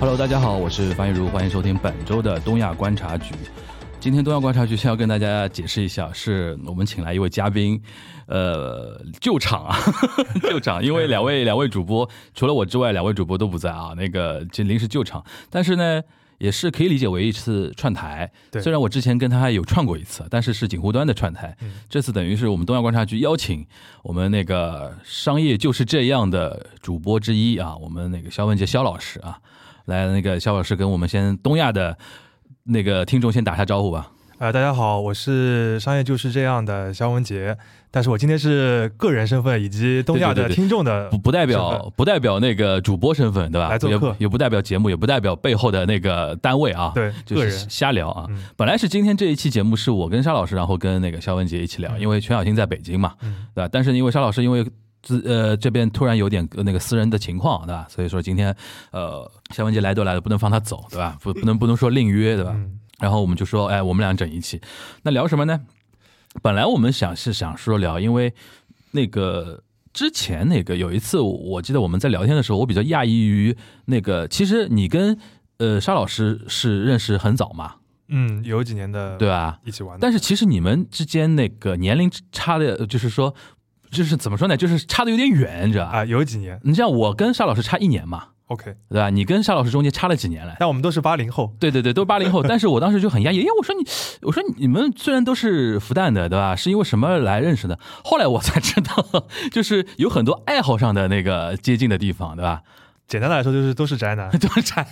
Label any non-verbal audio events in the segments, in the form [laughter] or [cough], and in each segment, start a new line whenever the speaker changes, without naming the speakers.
Hello，大家好，我是樊玉茹，欢迎收听本周的东亚观察局。今天东亚观察局先要跟大家解释一下，是我们请来一位嘉宾，呃，救场啊， [laughs] 救场，因为两位两位主播除了我之外，两位主播都不在啊，那个就临时救场，但是呢。也是可以理解为一次串台，
对
虽然我之前跟他有串过一次，但是是锦湖端的串台，这次等于是我们东亚观察局邀请我们那个商业就是这样的主播之一啊，我们那个肖文杰肖老师啊，来那个肖老师跟我们先东亚的那个听众先打下招呼吧。
呃，大家好，我是商业就是这样的肖文杰，但是我今天是个人身份以及东亚
对对
的
对对
听众的
不不代
身
表
份
不代表那个主播身份对吧？
来做
也
客
也不代表节目，也不代表背后的那个单位啊。
对
就
个
是
人
瞎聊啊
嗯。
本来是今天这一期节目是我跟沙老师，然后跟那个肖文杰一起聊，
嗯
因为全小新在北京嘛，
嗯
对吧？但是因为沙老师因为自呃这边突然有点呃那个私人的情况，对吧？所以说今天呃肖文杰来都来了，不能放他走，对吧？不不能不能说另约，对吧？
嗯
然后我们就说，哎，我们俩整一期，那聊什么呢？本来我们想是想说聊，因为那个之前那个有一次，我我记得我们在聊天的时候，我比较讶异于那个，其实你跟呃沙老师是认识很早嘛，
嗯，有几年的
对吧？
一起玩的，
但是其实你们之间那个年龄差的，呃就是说，就是怎么说呢，就是差的有点远，你知道吧？
啊有几年
你像我跟沙老师差一年嘛，
OK，
对吧？你跟沙老师中间差了几年来？
但我们都是八零后，
对对对，都是八零后，但是我当时就很压抑，因为我说你，我说你们虽然都是复旦的，对吧？是因为什么来认识的？后来我才知道， [laughs] 就是有很多爱好上的那个接近的地方，对吧？，
简单的来说就是都是宅男
[laughs] 多产，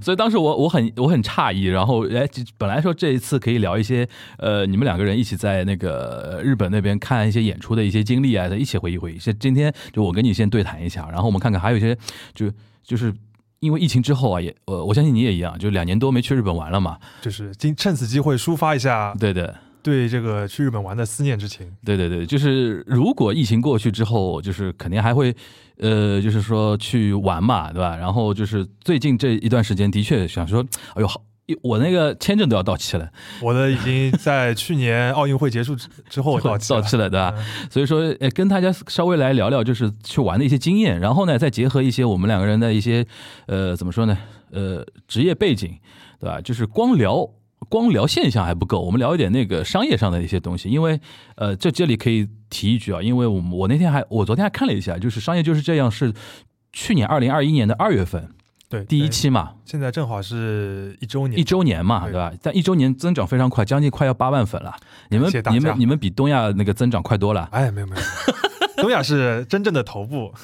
所以当时我我很我很诧异，然后哎，就本来说这一次可以聊一些呃，你们两个人一起在那个呃日本那边看一些演出的一些经历啊，一起回忆回忆。现今天就我跟你先对谈一下，然后我们看看还有一些就就是。因为疫情之后啊，也我我相信你也一样，就两年多没去日本玩了嘛。
就是今趁此机会抒发一下
对的，
对这个去日本玩的思念之情。
对对对，就是如果疫情过去之后，就是肯定还会，呃，就是说去玩嘛，对吧？然后就是最近这一段时间，的确想说，哎呦，好，我那个签证都要到期了，
我的已
[laughs]
经在去年奥运会结束之之后到期
到
了，
期了，对吧？
嗯
所以说，呃，跟大家稍微来聊聊，就是去玩的一些经验，然后呢，再结合一些我们两个人的一些，呃，怎么说呢？呃，职业背景，对吧？就是光聊。光聊现象还不够，我们聊一点那个商业上的一些东西。因为，呃，这这里可以提一句啊，因为我们我那天还我昨天还看了一下，就是商业就是这样，是去年二零二一年的二月份
对
第一，
对
期嘛，
现在正好嗯是一周年，
一周年嘛，
对
对吧？但一周年增长非常快，将近快要八万粉了。你们
谢谢大
你
家
们你们比东亚那个增长快多了。
哎，没有没有，
[laughs]
没有东亚是真正的头部，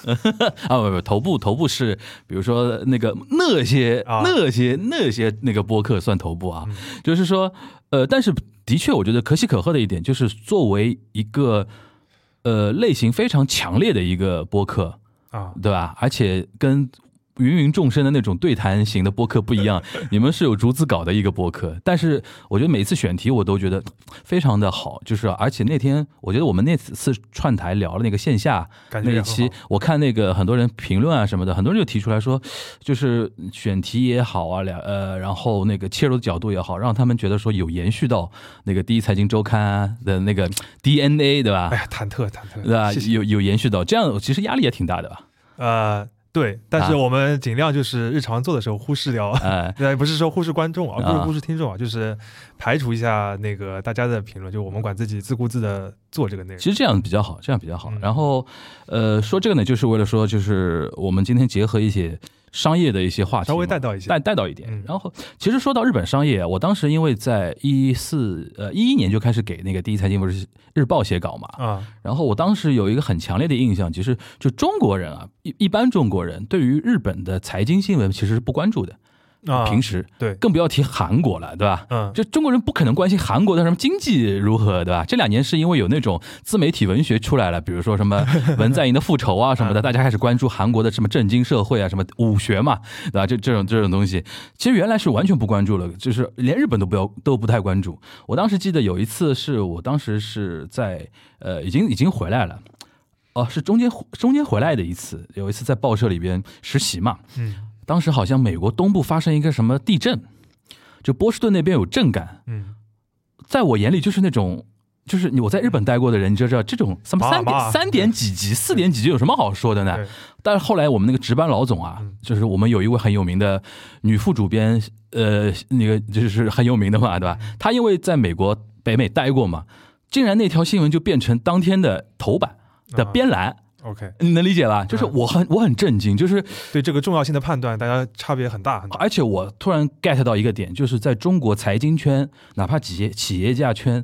啊，不不，头部头部是，比如说那个那些、
啊
那些那些那个播客算头部啊，
嗯
就是说，呃，但是的确，我觉得可喜可贺的一点就是，作为一个呃类型非常强烈的一个播客，
啊，
对吧？而且跟芸芸众生的那种对谈型的播客不一样， [laughs] 你们是有逐字稿的一个播客。但是我觉得每次选题我都觉得非常的好，就是而且那天我觉得我们那次串台聊了那个线下
感觉
那
也
一
很好
期，我看那个很多人评论啊什么的，很多人就提出来说，就是选题也好啊，两呃，然后那个切入的角度也好，让他们觉得说有延续到那个第一财经周刊啊的那个
[laughs]
DNA，对吧
哎？呀，忐忑忐忑，
对吧？
谢谢
有有延续到，这样其实压力也挺大的吧？
呃，对，但是
啊
我们尽量就是日常做的时候忽
[laughs]
视掉，
哎，
呃，不是说忽视观众啊，不
啊
是忽视听众啊，就是排除一下那个大家的评论，就我们管自己自顾自的做这个内容
其。实这样比较好，这样比较好
嗯。
然后，呃，说这个呢，就是为了说，就是我们今天结合一些商业的一些话题嘛，
稍微带到一些
带带到一点
嗯。
然后，其实说到日本商业，我当时因为在一四呃一一年就开始给那个第一财经不是日报写稿嘛，
啊，
然后我当时有一个很强烈的印象，其实就中国人啊，一一般中国人对于日本的财经新闻其实是不关注的，
啊
平时
对，
更不要提韩国了，对吧？
嗯，
就中国人不可能关心韩国的什么经济如何，对吧？这两年是因为有那种自媒体文学出来了，比如说什么文在寅的复仇啊什么的，大家开始关注韩国的什么震惊社会啊，什么 [laughs] 武学嘛，对吧？这这种这种东西，其实原来是完全不关注了，就是连日本都不要都不太关注。我当时记得有一次是我当时是在呃已经已经回来了。哦，是中间中间回来的一次，有一次在报社里边实习嘛，
嗯
当时好像美国东部发生一个什么地震，就波士顿那边有震感，
嗯
在我眼里就是那种就是你我在日本待过的人，你就知道这种什么
麻
三
麻
点三点几级、四点几级有什么好说的呢
对？
但是后来我们那个值班老总啊
嗯，
就是我们有一位很有名的女副主编，呃，那个就是很有名的嘛，对吧？
嗯
她因为在美国北美待过嘛，竟然那条新闻就变成当天的头版的
啊嗯
编栏，
OK，
你能理解吧？就是我很我很震惊，就是
对这个重要性的判断，大家差别很大很大。
而且我突然 get 到一个点，就是在中国财经圈，哪怕企业企业家圈，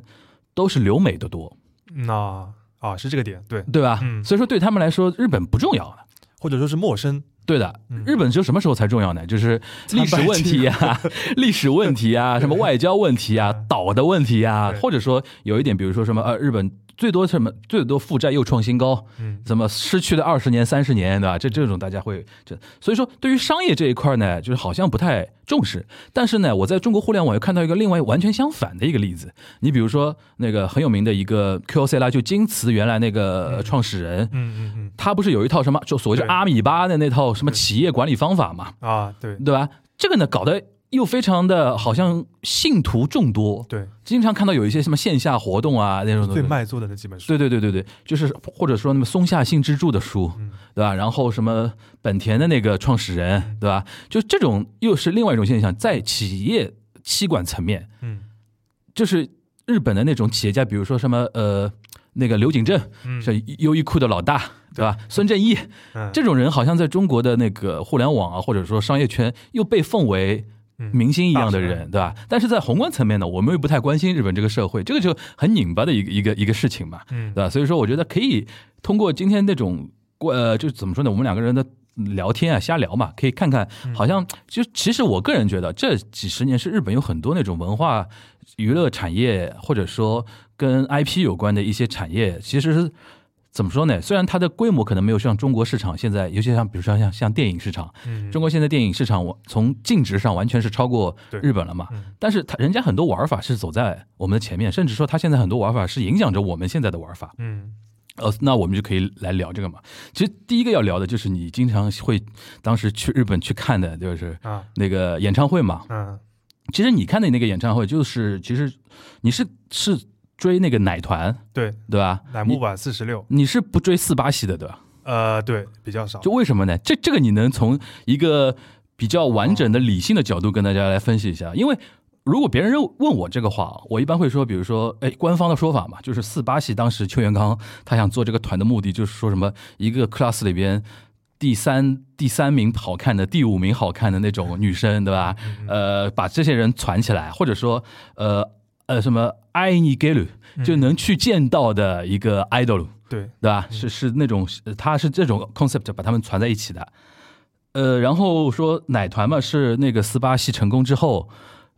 都是留美的多，
那啊，是这个点，对，
对吧？
嗯
所以说对他们来说，日本不重要了。
或者说是陌生，
对的
嗯，
日本只有什么时候才重要呢？就是历史问题啊， [laughs] 历史问题
[laughs]
啊，什么外交问题啊
嗯，
岛的问题啊
对，
或者说有一点，比如说什么呃，日本最多什么最多负债又创新高，
嗯，
怎么失去的二十年、三十年，对吧？这这种大家会这，所以说对于商业这一块呢，就是好像不太重视。但是呢，我在中国互联网又看到一个另外完全相反的一个例子，你比如说那个很有名的一个 QOC 啦，就京瓷原来那个创始人，
嗯嗯
他不是有一套什么就所谓的
对
阿米巴的那套什么企业管理方法嘛，
嗯，啊，对
对吧？这个呢搞得又非常的好像信徒众多，
对，
经常看到有一些什么线下活动啊那种东西
最卖座的那几本书，
对对对对对，就是或者说那么松下幸之助的书，
嗯
对吧？然后什么本田的那个创始人，对吧？就这种又是另外一种现象，在企业气管层面，
嗯
就是日本的那种企业家，比如说什么呃那个刘景正，
嗯
是优衣库的老大，对吧？孙正义
嗯
这种人，好像在中国的那个互联网啊，或者说商业圈，又被奉为
嗯
明星一样的
大
人，对吧？但是在宏观层面呢，我们又不太关心日本这个社会，这个就很拧巴的一个一个一个事情嘛。
嗯
对吧？所以说，我觉得可以通过今天那种过呃，就是怎么说呢，我们两个人的聊天啊，瞎聊嘛，可以看看，
嗯
好像就其实我个人觉得，这几十年是日本有很多那种文化娱乐产业，或者说跟 IP 有关的一些产业，其实是。怎么说呢？虽然它的规模可能没有像中国市场现在，尤其像比如说像像电影市场，
嗯
中国现在电影市场我从净值上完全是超过
对
日本了嘛
嗯，
但是它人家很多玩法是走在我们的前面，甚至说它现在很多玩法是影响着我们现在的玩法。
嗯
呃，那我们就可以来聊这个嘛。其实第一个要聊的就是你经常会当时去日本去看的，就是
啊
那个演唱会嘛。
嗯
其实你看的那个演唱会，就是其实你是是追那个奶团
对，
对吧？
乃木坂四十六，
你是不追四八系的对吧？
呃对，比较少，
就为什么呢？这这个你能从一个比较完整的理性的角度跟大家来分析一下，因为。如果别人问我这个话，我一般会说，比如说，哎，官方的说法嘛，就是四八系当时邱元康他想做这个团的目的，就是说什么一个 class 里边第三第三名好看的，第五名好看的那种女生，对吧？呃，把这些人攒起来，或者说，呃呃，什么爱你给鲁就能去见到的一个 idol，
对，
对吧？是是那种，是它是这种 concept 把它们攒在一起的。呃，然后说奶团嘛，是那个斯巴系成功之后，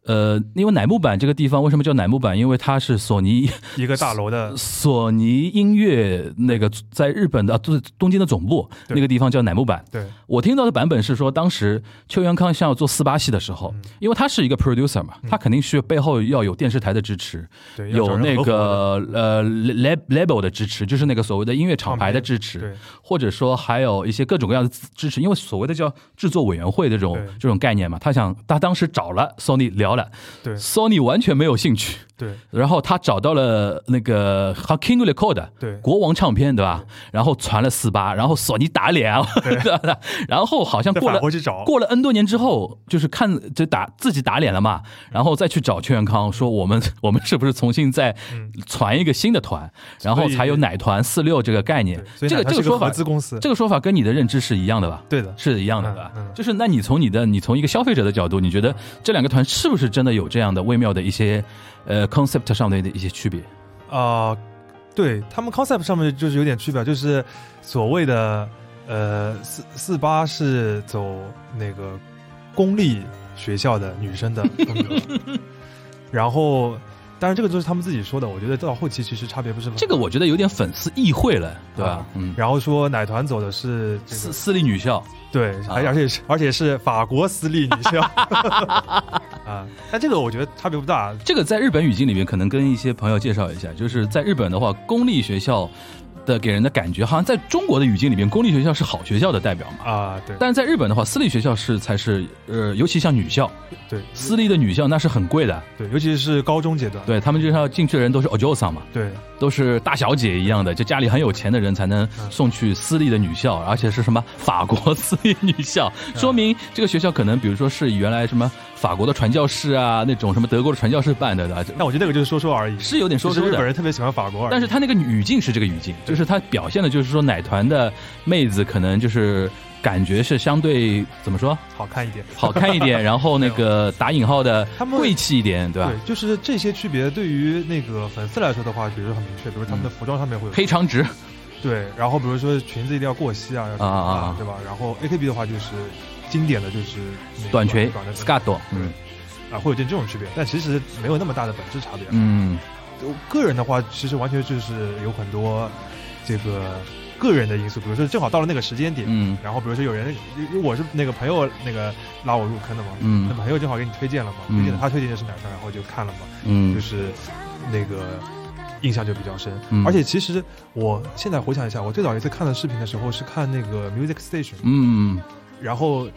呃，因为乃木坂这个地方为什么叫乃木坂？因为它是索尼 [laughs]
一个大楼的
索尼音乐那个在日本的啊东东京的总部
对
那个地方叫乃木坂。
对，
我听到的版本是说，当时邱元康想要做斯巴系的时候
嗯，
因为他是一个 producer 嘛，他肯定是背后要有电视台的支持，
对要找
有
人
那
合伙的
个呃 lab label 的支持，就是那个所谓的音乐厂牌的支持，
对
或者说还有一些各种各样的支持，因为所谓的叫制作委员会的这种
对
这种概念嘛，他想他当时找了 Sony 聊了
对
，Sony 完全没有兴趣，
对
然后他找到了那个 h a k i n g Record。
对
国王唱片对吧？然后传了四八，然后索尼打脸，对吧？ [laughs] 然后好像
再
过了
返回去找
过了 N 多年之后，就是看就打自己打脸了嘛，然后再去找邱元康说我们 [laughs] 我们是不是重新再
嗯
传一个新的团，然后
所以
才有奶团四六这个概
对
念。
所以
这个
哪怕
这
是
个说
合
法，
资公司，
这个说法跟你的认知是一样的吧？
对的，
是一样的吧？
嗯嗯
就是那你从你的你从一个消费者的角度，你觉得这两个团是不是真的有这样的微妙的一些呃 concept 上的一些区别？
啊、对他们 concept 上面就是有点区别，就是所谓的呃四四八是走那个公立学校的女生的风格，
[laughs]
然后当然这个就是他们自己说的，我觉得到后期其实差别不是很大
这个，我觉得有点粉丝议会了，对吧
啊？
嗯，
然后说奶团走的是这
私
个
私立女校，
对，
啊
而而且是而且是法国私立女
[laughs]
校啊，但这个我觉得差别不大，
这个在日本语境里面，可能跟一些朋友介绍一下，就是在日本的话，公立学校的给人的感觉，好像在中国的语境里面，公立学校是好学校的代表嘛。
啊，对
但在日本的话，私立学校是才是呃，尤其像女校，
对
私立的女校那是很贵的，
对，尤其是高中阶段，
对他们就像进去的人都是 ojo 桑嘛，
对
都是大小姐一样的，就家里很有钱的人才能
嗯
送去私立的女校，而且是什么法国私立女校，
嗯
说明这个学校可能比如说是原来什么法国的传教士啊，那种什么德国的传教士办的的，
但我觉得那个就是说说而已，
是有点说
只是
说
日本
的。
人特别喜欢法国而已，
但是他那个语境是这个语境，就是他表现的，就是说奶团的妹子可能就是感觉是相对怎么说
好看一点，
好看一
[laughs]
点，然后那个打引号的
他们
贵气一点，对吧？
对，就是这些区别对于那个粉丝来说的话，比如说很明确，比如他们的服装上面会有
黑长直，
对，然后比如说裙子一定要过膝啊，要
啊啊啊
对吧？然后 AKB 的话就是经典的就是那个
短裙
短的
，scarf，嗯
啊，会有点这种区别，但其实没有那么大的本质差别。啊
嗯，
我个人的话，其实完全就是有很多这个个人的因素，比如说正好到了那个时间点，
嗯
然后比如说有人，因为我是那个朋友那个拉我入坑的嘛，
嗯
那朋友正好给你推荐了嘛，
嗯
推荐的他推荐的是哪张，然后就看了嘛，
嗯
就是那个印象就比较深。
嗯
而且其实我现在回想一下，我最早一次看的视频的时候是看那个 Music Station，、
嗯
然后呃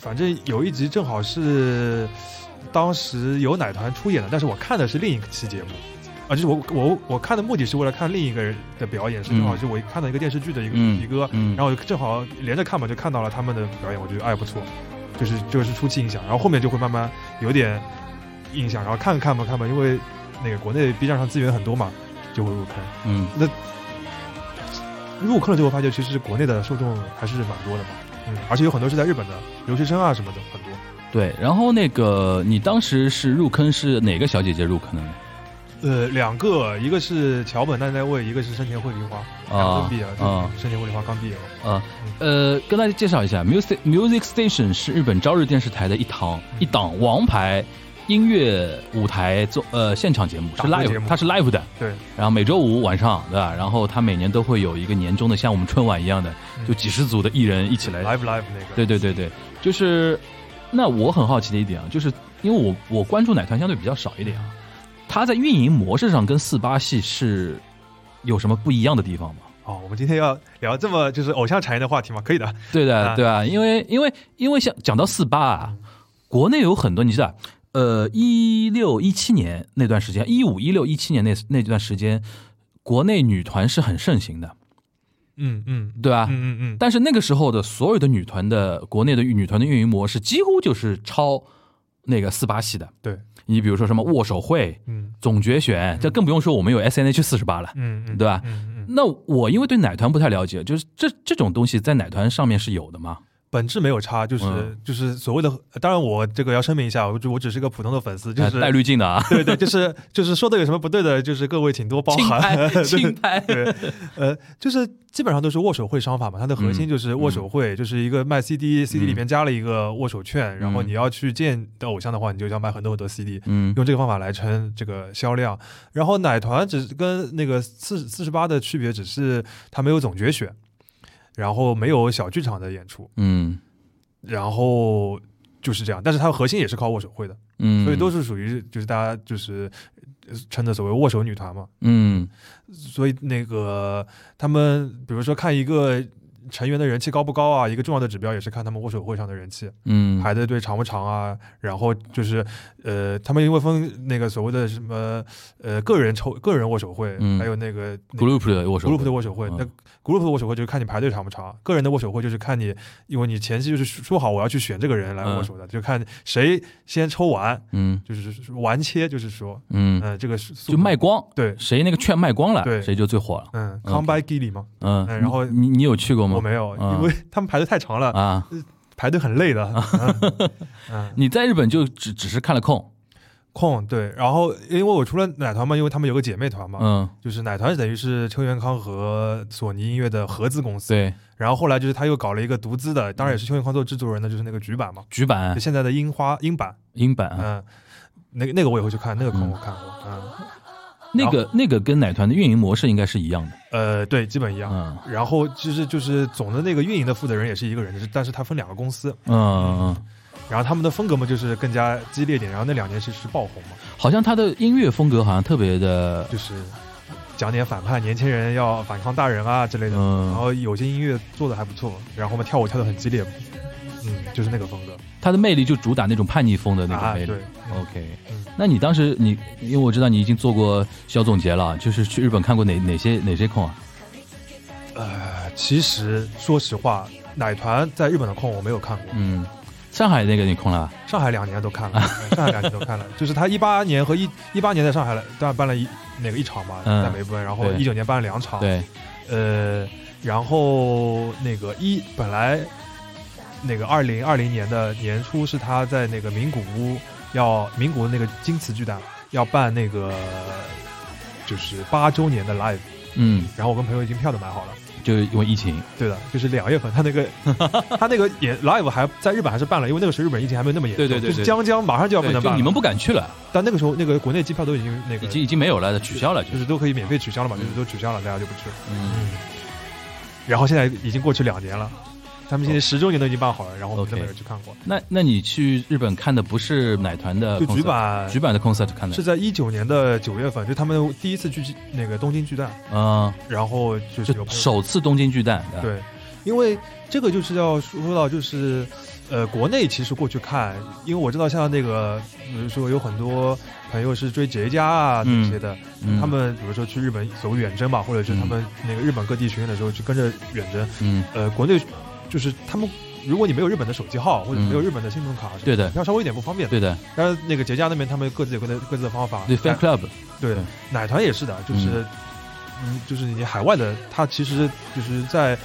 反正有一集正好是当时有奶团出演的，但是我看的是另一期节目。啊，就是我我我看的目的是为了看另一个人的表演，是正好
嗯
是我看到一个电视剧的一个、
嗯
一个，
嗯
然后我就正好连着看嘛，就看到了他们的表演，我觉得哎不错，就是就是初期印象，然后后面就会慢慢有点印象，然后看看吧看吧，因为那个国内 B 站上资源很多嘛，就会入坑。
嗯
入坑了之后发现，其实国内的受众还是蛮多的嘛，嗯，而且有很多是在日本的留学生啊什么的很多。
对，然后那个你当时是入坑是哪个小姐姐入坑的呢？
呃，两个，一个是桥本奈奈未，一个是生田惠梨花，刚
啊
毕业了，
啊
生田惠梨花刚毕业了，
啊呃，跟大家介绍一下，Music Music Station 是日本朝日电视台的一堂一档王牌音乐舞台做呃现场节目，是
打歌节
live，
目
它是 live 的，
对，
然后每周五晚上对吧？然后它每年都会有一个年终的，像我们春晚一样的，
嗯
就几十组的艺人一起来
live live 那个，
对对对对，就是那我很好奇的一点啊，就是因为我我关注奶团相对比较少一点啊，它在运营模式上跟四八系是有什么不一样的地方吗？
哦，我们今天要聊这么就是偶像产业的话题嘛，可以的，
对的，
啊
对啊，因为因为因为像讲到四八啊，国内有很多你知道，呃，一六一七年那段时间，一五一六一七年那那段时间，国内女团是很盛行的，
嗯嗯
对吧？
嗯嗯嗯，
但是那个时候的所有的女团的国内的女团的运营模式，几乎就是抄那个四八系的。
对，
你比如说什么握手会、
嗯
总决选，这更不用说我们有 S N H 四十八了。
嗯嗯，
对吧
嗯嗯，
那我因为对奶团不太了解，就是这这种东西在奶团上面是有的吗？
本质没有差，就是、
嗯
就是所谓的，当然我这个要声明一下，我只我只是个普通的粉丝，就
呃
是、
带滤镜的啊，
对对，就是就是说的有什么不对的，就是各位请多包
轻
涵。
拍
[laughs] 对
轻拍，
对，呃，就是基本上都是握手会商法嘛，它的
嗯
核心就是握手会，就是一个卖 CD，CD、CD 里面加了一个握手券，然后
嗯
你要去见的偶像的话，你就要买很多很多 CD，
嗯
用这个方法来撑这个销量。然后奶团只是跟那个四四十八的区别，只是它没有总决选，然后没有小剧场的演出，
嗯
然后就是这样。但是它的核心也是靠握手会的，
嗯，
所以都是属于就是大家就是呃称的所谓握手女团嘛。
嗯
所以那个他们，比如说看一个成员的人气高不高啊，一个重要的指标也是看他们握手会上的人气，
嗯
排的队长不长啊。然后就是呃，他们因为分那个所谓的什么呃个人抽个人握手会，
嗯
还有那个那个
group 的握手
group 的握手会。
嗯
那 group 的握手会就是看你排队长不长，个人的握手会就是看你，因为你前期就是说好我要去选这个人来握手的，就看谁先抽完，
嗯
就是完切，就是说，
嗯，
嗯，这个是速
就
度
卖光，
对，
谁那个券卖光了，
对
谁就最火了。
嗯
OK
，come by gilly 嘛。
嗯，
嗯然后
你你你有去过
我
吗？
没有，
嗯
因为他们排队太长了，
啊，
排队很累的。嗯，
你在日本就只只是看了空，
空对，然后因为我除了奶团嘛，因为他们有个姐妹团嘛，
嗯，
就是奶团等于是邱元康和索尼音乐的合资公司，
对，
然后后来就是他又搞了一个独资的，当然也是邱元康做制作人的，就是那个局版嘛，
局版
就、现在的樱花樱版，
英版嗯啊，
嗯，那个那个我也会去看，那个空
嗯
我看过，嗯，
那个那个跟奶团的运营模式应该是一样的，
呃，对，基本一样。
嗯
然后就是就是总的那个运营的负责人也是一个人，就是但是他分两个公司，
嗯，嗯
然后他们的风格嘛就是更加激烈一点，然后那两年是是爆红嘛，
好像他的音乐风格好像特别的
就是讲点反叛，年轻人要反抗大人啊之类的。然
嗯，
后有些音乐做的还不错，然后嘛跳舞跳的很激烈，嗯，就是那个风格
它的魅力就主打那种叛逆风的那
啊，
种魅力哦
对。，嗯
OK，
嗯
那你当时你，因为我知道你已经做过小总结了，就是去日本看过哪哪些哪些控啊？
呃，其实说实话，奶团在日本的控我没有看过，
嗯，上海那个啊你控了吧，
上海两年都看
[laughs]
了，嗯上海两年都看了，就是他一八年和一一八年在上海了，当然办了一那个一场嘛，
嗯
在梅奔，然后
对
一九年办了两场，
对，
呃，然后那个一本来那个二零二零年的年初是他在那个名古屋要名古屋那个京瓷巨蛋要办那个就是八周年的 live，
嗯，
然后我跟朋友已经票都买好了。
就是因为疫情，
对的，就是两月份，
[laughs]
他那个他那个也 live 还在日本还是办了，因为那个时候日本疫情还没有那么严
对
重，
对对
就是
对
将将马上就要不
对，
能
就
办了。
你们不敢去了，
但那个时候那个国内机票都已经那个
已经已经没有了，取消了，就，
就是是都可以免费取消了嘛，
嗯
就是都取消了，大家就不去了。
嗯
然后现在已经过去两年了，他们现在十周年都已经办好了，然后我们
哦 OK
都没有去看过。
那那你去日本看的不是奶团的
就
concert，
局版
局版的 concert 看的，
是在一九年的九月份，就他们第一次去那个东京巨蛋，
嗯，
然后就是有
就首次东京巨蛋，吧，
对，因为这个就是要说到就是。呃，国内其实过去看，因为我知道像那个，比如说有很多朋友是追杰家啊
嗯
这些的，
嗯
他，们比如说去日本走远征吧，或者是他们那个日本各地巡演的时候去跟着远征，
嗯，
呃，国内就是他们，如果你没有日本的手机号或者
嗯
没有日本的信用卡，
对的
要稍微有点不方便。
对的，
但是那个节假那边他们各自有各自各自的方法。
对 fan
奶
club，
对
对
奶团也是的，就是嗯，就是你海外的，它其实就是在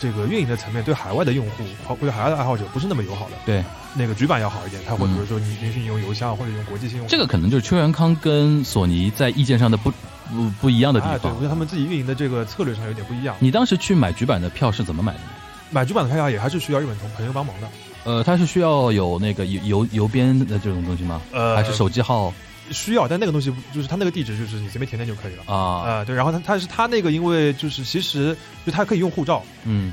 这个运营的层面，对海外的用户或者海外的爱好者不是那么友好的。
对，
那个局版要好一点，它会比
嗯
如说你允许你用邮箱或者用国际信用卡。
这个可能就是邱元康跟索尼在意见上的不不不一样的地
啊，对，我觉
方。
得他们自己运营的这个策略上有点不一样。
你当时去买局版的票是怎么买的呢？
买局版的开价也还是需要日本同朋友帮忙的。
呃，它是需要有那个邮邮邮编的这种东西吗？
呃，
还是手机号
需要，但那个东西不就是它那个地址就是你随便填填就可以了。
啊？
啊、对，然后他他是他那个，因为就是其实就他可以用护照，
嗯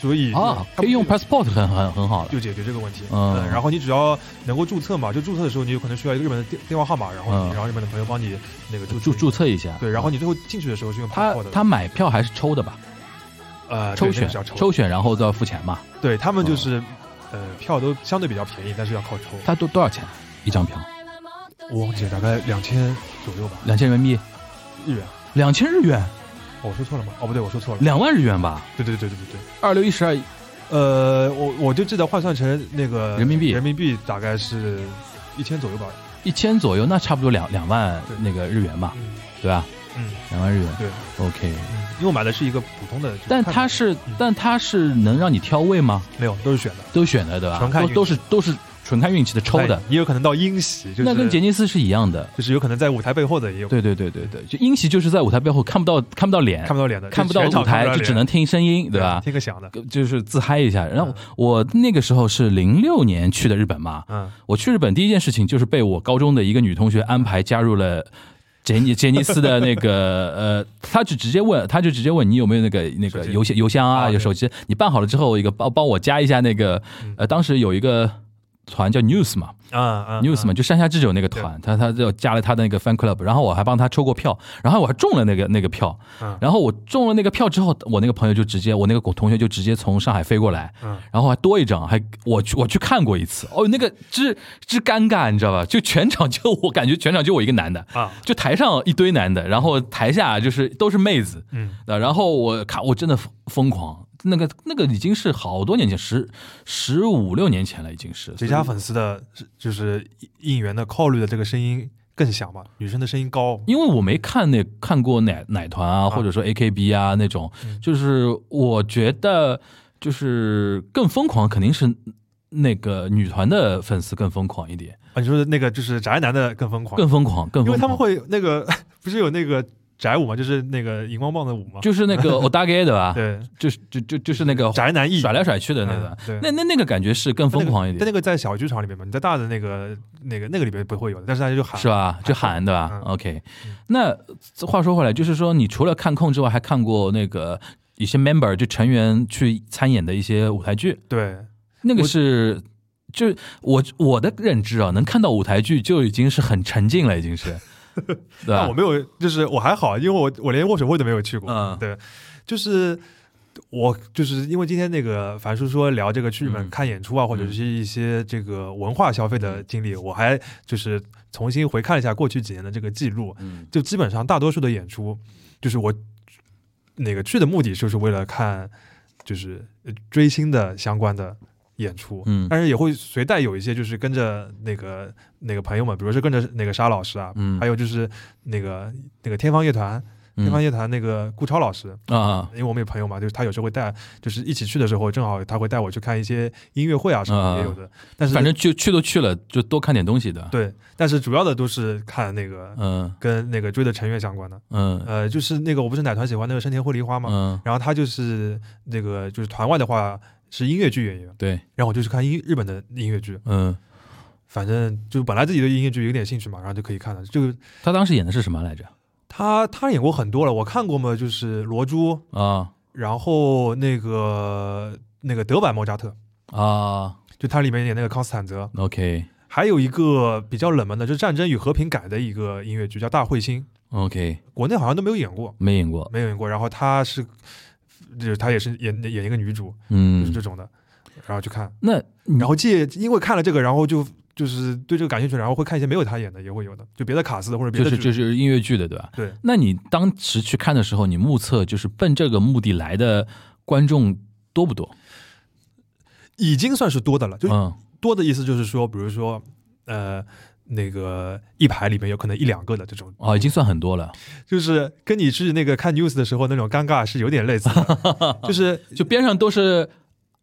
所以
啊，
他
可以用
就
passport 很很很好了。
就解决这个问题。呃
嗯
然后你只要能够注册嘛，就注册的时候你有可能需要一个日本的电电话号码，然后
嗯
你、然后日本的朋友帮你那个注
注注
册。
册一下。
对，然后你最后进去的时候是用 p a
他
s s 的，
他买票还是抽的吧？
呃
抽
对那
选
个是要抽的
抽嗯选，然后都要付钱嘛？
对他们就是、呃票都相对比较便宜，但是要靠抽。
他多多少钱一张票？
我忘记了，大概两千左右吧，
两千人民币，
日元。
两千日元，
哦我说错了吗？哦，不对，我说错了。
两万日元吧？
对对对对对对。
二六一十二，
呃，我我就记得换算成那个
人民币
人民币大概是一千左右吧。
一千左右，那差不多两两万
对
那个日元吧，
嗯
对吧？
嗯，
两万日元。
对
OK，
嗯，因为我买的是一个普通的，就是
但
看
他是但他是能让你挑位吗？
没有都是选的
都选的对吧？
纯看
都
运气
都是都是纯看运气的抽的
哎，也有可能到英席，就是
那跟杰尼斯是一样的。
就是有可能在舞台背后的也有
对对对对对，就英席就是在舞台背后看不到看不到脸，
看不到脸的，
看不到
就全场
舞台，
看不到
就
脸
只能听声音，对吧？
听个响的，
就是自嗨一下。然后我那个时候是零六年去的日本嘛，
嗯，
我去日本第一件事情就是被我高中的一个女同学安排加入了。杰尼 [laughs] 杰尼斯的那个呃，他就直接问，他就直接问你有没有那个那个
手机
邮箱邮箱啊，
啊
有
对
手机，你办好了之后，一个帮帮我加一下那个
嗯
呃，当时有一个团叫 News 嘛，
啊啊
News 嘛，
嘛，
就山下智久那个团，他他就加了他的那个 fan club，然后我还帮他抽过票，然后我还中了那个那个票
嗯，
然后我中了那个票之后，我那个朋友就直接，我那个同学就直接从上海飞过来
嗯，
然后还多一张，还我去我去看过一次，哦，那个之之尴尬，你知道吧？就全场就我感觉全场就我一个男的，
啊，
就台上一堆男的，然后台下就是都是妹子，
嗯，
啊，然后我看我真的疯疯狂。那个那个已经是好多年前，十十五六年前了，已经是。
谁家粉丝的就是应援的 call 的这个声音更响嘛，女生的声音高，
因为我没看那看过奶奶团啊，
啊
或者说 A K B 啊那种，
嗯
就是我觉得就是更疯狂，肯定是那个女团的粉丝更疯狂一点，
啊，你说的那个就是宅男的更疯狂，
更疯狂，更
因为
疯
他们
狂。
会那个 [laughs] 不是有那个宅舞嘛，就是那个荧光棒的舞嘛，
就是那
[laughs]
个 o d a g e 的吧，
对，
就是就就就是那个
啊宅男艺
甩来甩去的那个
嗯，对
那那那个感觉是更疯狂一
但
点，
那个在小剧场里面嘛，你在大的那个那个那个里面不会有的，但是大家就喊
是吧？就喊对吧
嗯
？OK，
嗯
那话说回来，就是说你除了看控之外，还看过那个一些 member 就成员去参演的一些舞台剧，
对，
那个
我
是，
[laughs]
就我我的认知啊，能看到舞台剧就已经是很沉浸了，已经是对吧
但我？没有，就是我还好，因为我我连握手会都没有去过。
嗯
对，就是我就是因为今天那个樊叔说聊这个去日本
嗯
看演出啊，或者
嗯
是一些这个文化消费的经历，我还就是重新回看了一下过去几年的这个记录，
嗯
就基本上大多数的演出，就是我那个去的目的就是为了看就是呃追星的相关的演出。
嗯
但是也会随带有一些，就是跟着那个那个朋友们，比如说跟着那个沙老师啊，
嗯
还有就是那个那个天方乐团，天方
嗯
夜谭那个顾超老师，
啊啊
因为我们有朋友嘛，就是他有时候会带，就是一起去的时候，正好他会带我去看一些音乐会啊什么
嗯
的也有的。但是
反正去去都去了，就多看点东西的。，
对，但是主要的都是看那个、
嗯
跟那个追的成员相关的。
嗯
呃，就是那个我不是奶团喜欢那个生田绘梨花嘛，
嗯，
然后他就是那个就是团外的话是音乐剧演员，
对，
然后我就去看音日本的音乐剧，
嗯，
反正就本来自己对音乐剧有点兴趣嘛，然后就可以看了。就
他当时演的是什么来着？
他他演过很多了，我看过嘛，就是罗珠，
啊
然后那个那个德版莫扎特，
啊
就它里面演那个康斯坦泽，
，OK
还有一个比较冷门的，就是《战争与和平》改的一个音乐剧叫《大彗星
OK，》，
国内好像都没有演过，
没演过。
没有演过。然后她是，就是她也是演演一个女主，就是
嗯
这，种的，然后去看，
那你
然后借因为看了这个，然后就就是对这个感兴趣，然后会看一些没有她演的，也会有的，就别的卡司的或者别
就
的
是
剧
就是音乐剧的，对吧？
对。
那你当时去看的时候，你目测就是奔这个目的来的观众多不多？
已经算是多的了，就
嗯
多的意思就是说，比如说，呃，那个一排里面有可能一两个的这种，
哦，已经算很多了，
就是跟你去那个看 news 的时候那种尴尬是有点类似的， [laughs] 就是
就边上都是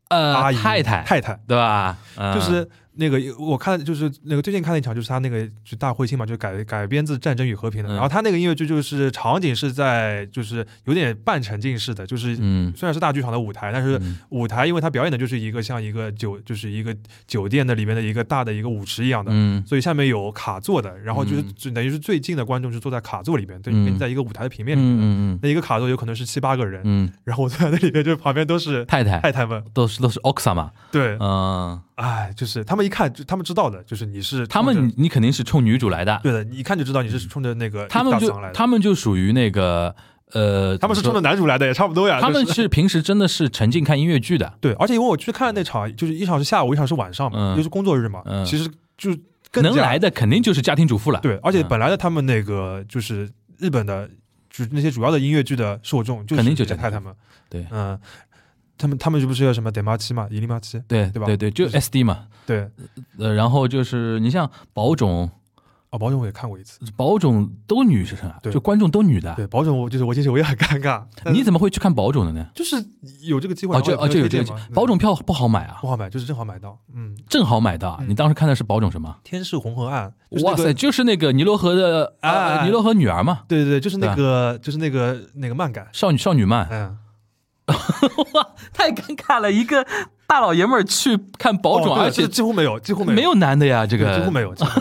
阿
呃
姨、
太太，
啊太太，
对吧？嗯
就是那个我看就是那个最近看了一场，就是他那个就大彗星嘛，就改改编自《战争与和平》
嗯
的，然后他那个音乐剧就是场景是在就是有点半沉浸式的，就是
嗯，
虽然是大剧场的舞台，但是
嗯
舞台因为它表演的就是一个像一个酒就是一个酒店的里面的一个大的一个舞池一样的，
嗯
所以下面有卡座的，然后就是
嗯
就等于是最近的观众是坐在卡座里边，对，
嗯
跟在一个舞台的平面里面。
嗯嗯
那一个卡座有可能是七八个人，
嗯，
然后我坐在那里边，就旁边都是
太太
太太们，
都是都是 Oxa 嘛，
对，
嗯，
哎，就是他们一看就他们知道的，就是你是
他
冲
们
着
你你肯定是冲女主来的，
对的，你一看就知道你是冲着那个
他
大
们
嗓来
就
的
他们就属于那个呃，
他们是
怎
冲
么说
着男主来的，也差不多呀。
他们
就是
是平时真的是沉浸看音乐剧的，
对，而且因为我去看那场，就是一场是下午，一场是晚上嘛，
嗯
就是工作日嘛，
嗯
其实就更加
能来的肯定就是家庭主妇了，
对，而且
嗯
本来的他们那个就是日本的，就是那些主要的音乐剧的受众，就是
肯定就
这
这
些太
样
太们，
对
嗯，他们他们就不是有什么 d e m a 嘛，伊利马七，
对
对吧
对对，就
就是
SD 嘛，
对，
呃，然后就是你像宝冢，
哦，保总我也看过一次，
宝冢都女生啊，
对
就观众都女的，
对，保总我就是我进去我也很尴尬，但
你怎么会去看宝冢的呢？
就是有这个机会，
哦，就
然后
哦就有这
推
个
荐嘛
宝冢票不好买啊
不，好买，就是正好买到，嗯，
正好买的啊。
嗯
你当时看的是宝冢什么？
天是红河岸，就是那
哇
个
塞，，就是那个尼罗河的
哎哎
啊，
哎
尼罗河女儿嘛，
对对对，就是那
啊
个就是那个那个漫改，
少女少女漫，
嗯，
哇， [laughs] 太尴尬了，一个大老爷们儿去看宝冢，
哦
啊
对
而且
这几乎没有，几乎没
没有男的呀，这
对
个
几乎没有，几乎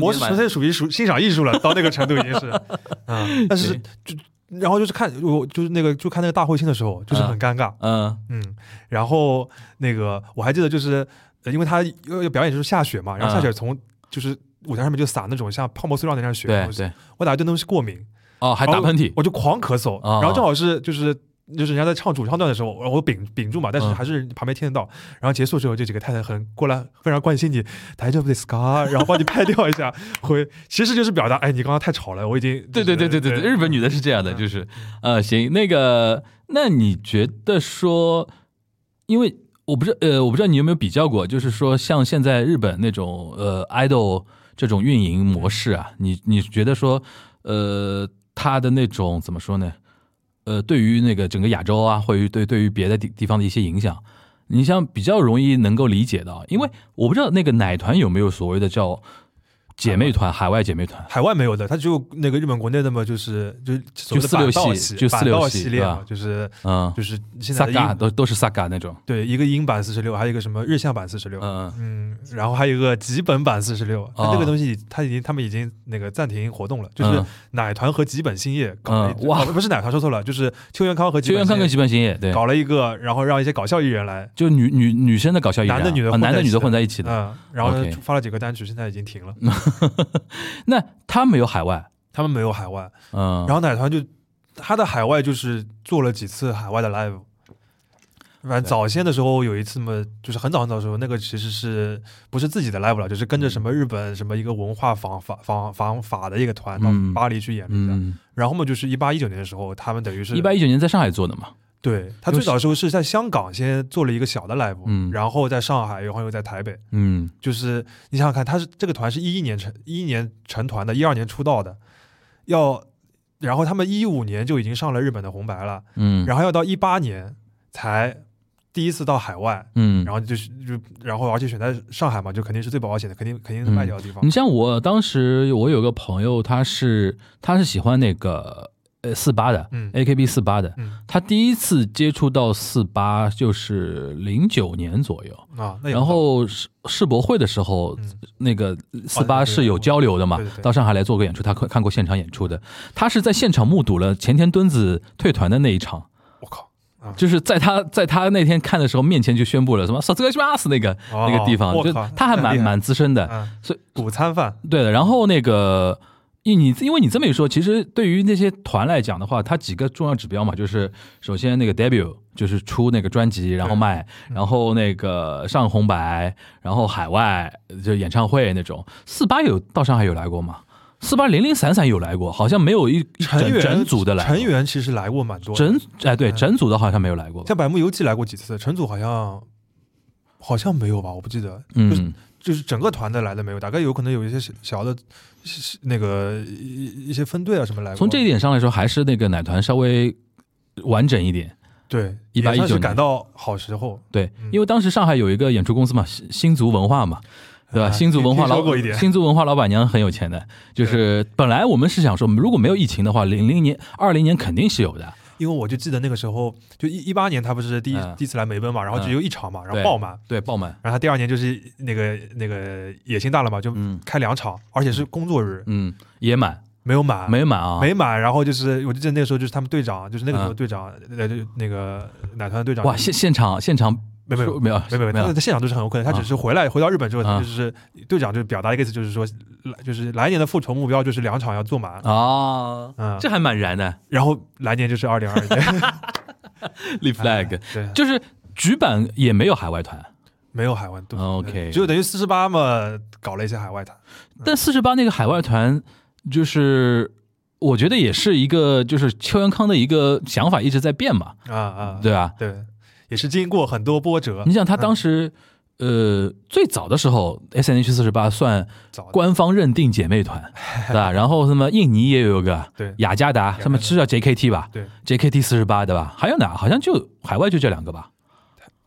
[laughs]
有我
你
是
买
纯粹属于属欣赏艺术了，到那个程度已经是，
[laughs]
嗯，但是
对
就然后就是看我就是那个就看那个大彗星的时候，
啊
就是很尴尬，
嗯
嗯，然后那个我还记得就是，呃因为他要要表演就是下雪嘛，
啊
然后下雪从就是舞台上面就撒那种像泡沫塑料那样雪的
对
东西，
对，
我打对那东西过敏，
哦，还打喷嚏，
我就狂咳嗽，
啊
然后正好是就是。就是人家在唱主唱段的时候，我我屏屏住嘛，但是
嗯
还是旁边听得到。然后结束之后，这几个太太很过来，非常关心你，台这不得 scar，然后帮你拍掉一下，回其实就是表达，哎，你刚刚太吵了，我已经
对对对对对对，日本女的是这样的，
嗯
就是呃，行，那个，那你觉得说，因为我不知呃，我不知道你有没有比较过，就是说像现在日本那种呃 idol 这种运营模式啊，你你觉得说呃，它的那种怎么说呢？呃，对于那个整个亚洲啊，或者对对于别的地地方的一些影响，你像比较容易能够理解的啊，因为我不知道那个奶团有没有所谓的叫姐妹团、海外姐妹团。
海外没有的，它只有那个日本国内的嘛，就是就所谓的
四六
板道
系
系
就四
板
六
道
系对
列嘛
吧，
就是
嗯，
就是现在
萨
的
嘎
英
都都是萨嘎那种，
对一个英版四十六，还有一个什么日向版四十六，
嗯嗯
嗯，然后还有一个吉本版四十六，但这个东西它已经他们已经那个暂停活动了，就是
啊嗯
奶团和吉本兴业搞了一、
嗯哇
哦不是奶团说错了，就是秋元康和吉
秋元
本
康
兴
跟
业
吉本兴业对，
搞了一个，然后让一些搞笑艺人来，
就女女女生的搞笑艺人啊，
男的女的
啊
混在
男的女
一起
的
的
混在一起的。
嗯，然后
OK 嗯
发了几个单曲，现在已经停了。
那他没有海外，
他们没有海外。
嗯，
然后奶团就他的海外就是做了几次海外的 live。反正
对
早先的时候有一次嘛，就是很早很早的时候，那个其实是不是自己的 live 了，就是跟着什么日本什么一个文化仿法仿仿法的一个团到
嗯
巴黎去演了一下。
嗯，
然后嘛，就是一八一九年的时候，他们等于是
一八一九年在上海做的嘛，
对他最早的时候是在香港先做了一个小的 live，、
嗯
然后在上海，然后又在台北。
嗯，
就是你想想看，他是这个团是一一年成一一年成团的，一二年出道的，要然后他们一五年就已经上了日本的红白了，
嗯，
然后要到一八年才第一次到海外，
嗯，
然后就是就然后而且选在上海嘛，就肯定是最保险的，肯定肯定是
嗯
卖掉的地方。
你像我当时我有个朋友，他是他是喜欢那个呃四八的，
嗯
a k b 四八的，
嗯
他第一次接触到四八就是零九年左右。
啊，那也不
然后世世博会的时候，
嗯
那个四八
对对
是有交流的嘛
对对，对
到上海来做个演出，他看看过现场演出的，他是在现场目睹了前田敦子退团的那一场，
我靠，
就是在他在他那天看的时候，面前就宣布了什么萨斯克西马斯那个
哦
那个地方，
我
就
靠
他还
那
蛮
厉害
蛮资深的，
嗯，
所以
午餐饭，
对的。然后那个，因你因为你这么一说，其实对于那些团来讲的话，它几个重要指标嘛，就是首先那个 debut 就是出那个专辑，然后卖，然后那个上红白，然后海外就演唱会那种。四八有到上海有来过吗？四八零零散散有来过，好像没有一一
成
整
员
整组的来过
成员其实来过蛮多的，嗯
整哎对整组的好像没有来过吧，
像百慕游记来过几次，陈组好像好像没有吧，我不记得，就是
嗯。
就是整个团的来的没有，大概有可能有一些小小的是那个一一些分队啊什么来过。
从这一点上来说，还是那个奶团稍微完整一点。
对
1819
也算是
年
赶到好时候，
对
嗯，
因为当时上海有一个演出公司嘛，新新族文化嘛，对吧？
啊
新族文化
听
老
说过一点嗯
新族文化老板娘很有钱的，就是本来我们是想说，如果没有疫情的话，零零年、二零年肯定是有的。
因为我就记得那个时候，就一一八年他不是第一、
嗯
第一次来梅奔嘛，然后只有一场嘛，然后
对
爆满，
对，爆满，
然后他第二年就是那个那个野心大了嘛，就
嗯
开两场，而且是工作日，
嗯，也满，
没有满，
没满啊，
没满，然后就是我就记得那个时候就是他们队长，就是那个时候
嗯
队长，呃，就那个奶团的队长，
哇，现现场现场
没没
说没有
没有没
没
有，
有
他在现场都是很有可能，他
啊
只是回来回到日本之后，他
啊
就是队长就表达一个意思，就是说，来就是来年的复仇目标就是两场要做满，
啊，
嗯，
[laughs] 这还蛮燃的
然后来年就是二零二
[laughs]
年
，Leaf Flag，
对，
就是局版也没有海外团。
没有海外队
啊 OK
只有等于四十八嘛，搞了一些海外团，
但四十八那个海外团，就是我觉得也是一个，就是邱元康的一个想法一直在变嘛，
啊啊，
对吧？
对，也是经过很多波折
你，想他当时，呃，最早的时候，S N H 四十八算
早的
官方认定姐妹团，对吧？然后什么印尼也有个
对
雅加达，他们是叫 J K T 吧
对
？J K T 四十八对吧？还有哪？好像就海外就这两个吧，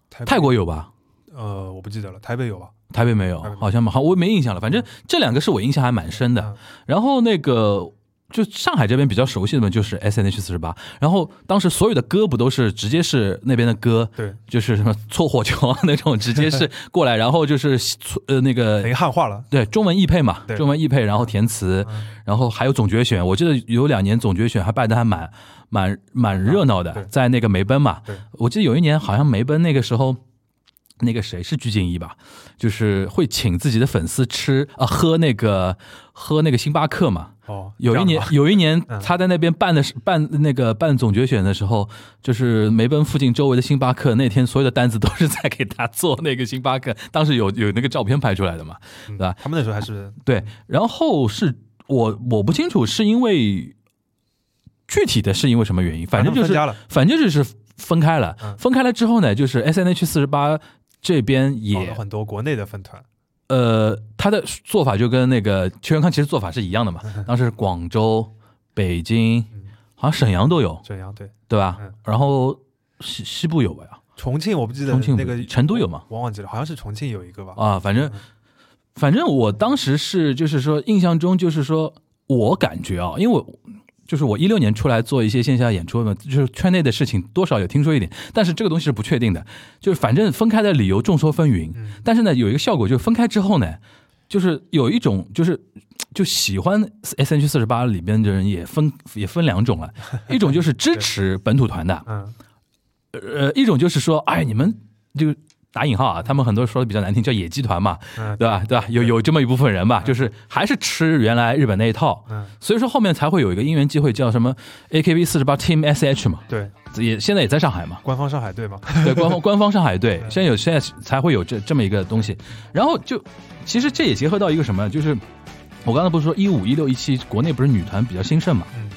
台
泰
北
国有吧？
呃我不记得了，台北有吧？
台北没有
台北没，有
好像好，我没印象了。反正这两个是我印象还蛮深的。
嗯
然后那个就上海这边比较熟悉的嘛，就是 S N H 四十八。然后当时所有的歌不都是直接是那边的歌，
对，
就是什么搓火球啊那种，直接
[laughs]
是过来，然后就是搓呃那
等
个
于汉化了，
对中文译配嘛，
哎对嗯
中文译配，然后填词，然后还有总决选。我记得有两年总决选还办的还蛮蛮蛮热闹
嗯对
的，在那个梅奔嘛
对。
我记得有一年好像梅奔那个时候。那个谁是鞠婧祎吧，就是会请自己的粉丝吃啊喝那个喝那个星巴克嘛，
哦，
有
这
一
样
年
吧，
有一年
嗯
他在那边办的是办那个办总决选的时候，就是梅奔附近周围的星巴克，那天所有的单子都是在给他做那个星巴克，当时有有那个照片拍出来的嘛，对吧？
他们那时候还是
对，然后是我我不清楚是因为具体的是因为什么原因，反正就
他们分
是
家了，
反正就是分开了
嗯，
分开了之后呢，就是 S N H 四十八这边
搞了
也
很多国内的分团，
呃，他的做法就跟那个邱元康其实做法是一样的嘛。当时是广州、北京
嗯，
好像沈阳都有，
沈阳对。
对吧
嗯？
然后西西部有吧？
重庆我不记得
重庆
那个
成都有吗？
我忘记了，好像是重庆有一个吧。
啊，反正反正我当时是就是说，印象中就是说我感觉啊，因为我。就是我一六年出来做一些线下演出嘛，就是圈内的事情多少有听说一点，但是这个东西是不确定的，就是反正分开的理由众说纷纭，
嗯
但是呢有一个效果，就是分开之后呢，就是有一种就是就喜欢 S H 四十八里边的人也分也分两种了，一种就是支持本土团的，
嗯
呃，一种就是说，哎，你们就打引号啊，他们很多说的比较难听，叫野鸡团嘛，
[laughs] 嗯，
对吧？对吧？有有这么一部分人吧，就是还是吃原来日本那一套，
嗯，
所以说后面才会有一个因缘机会叫什么 AKB 四十八 Team SH 嘛，
对，
也现在也在上海
[laughs]
嘛，
官方上海队嘛，
对，官方官方上海队现在有现在才会有这这么一个东西，然后就其实这也结合到一个什么，就是我刚才不是说一五一六一七国内不是女团比较兴盛嘛，
嗯，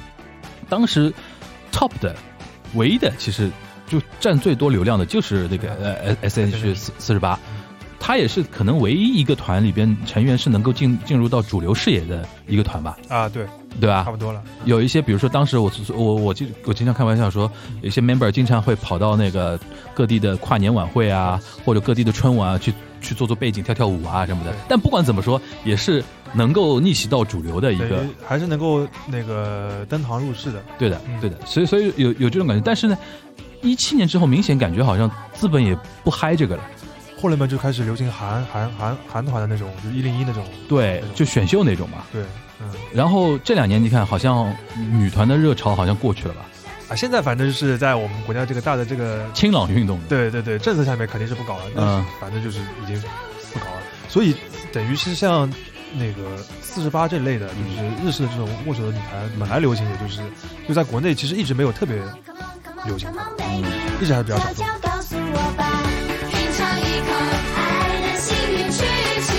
当时 top 的唯一的其实就占最多流量的就是那个
嗯
呃 S H 四四十八，她也是可能唯一一个团里边成员是能够进进入到主流视野的一个团吧，
啊，对，
对吧
差？不多了，
有一些，比如说当时我我我经我经常开玩笑说，有一些 member 经常会跑到那个各地的跨年晚会啊，或者各地的春晚啊，去去做做背景、跳跳舞啊什么的
对。
但不管怎么说，也是能够逆袭到主流的一个
等，于还是能够那个登堂入室的，
对的，
嗯
对的。所以所以有有这种感觉，但是呢，一七年之后明显感觉好像资本也不嗨这个了，
后来嘛就开始流行韩韩韩韩团的那种，就一零一那种，
对，就选秀那种嘛。
对，嗯，
然后这两年你看，好像女团的热潮好像过去了吧，
啊，现在反正就是在我们国家这个大的这个
清朗运动的，
对对对，政策下面肯定是不搞了，但
嗯
是反正就是已经不搞了，所以等于是像那个四十八这类的，就是日式的这种握手的女排，本来流行也就是就在国内其实一直没有特别，
流行吧，
嗯
一直还比较
悄
少
悄
众。
告诉我吧，品尝一口爱的幸运曲奇，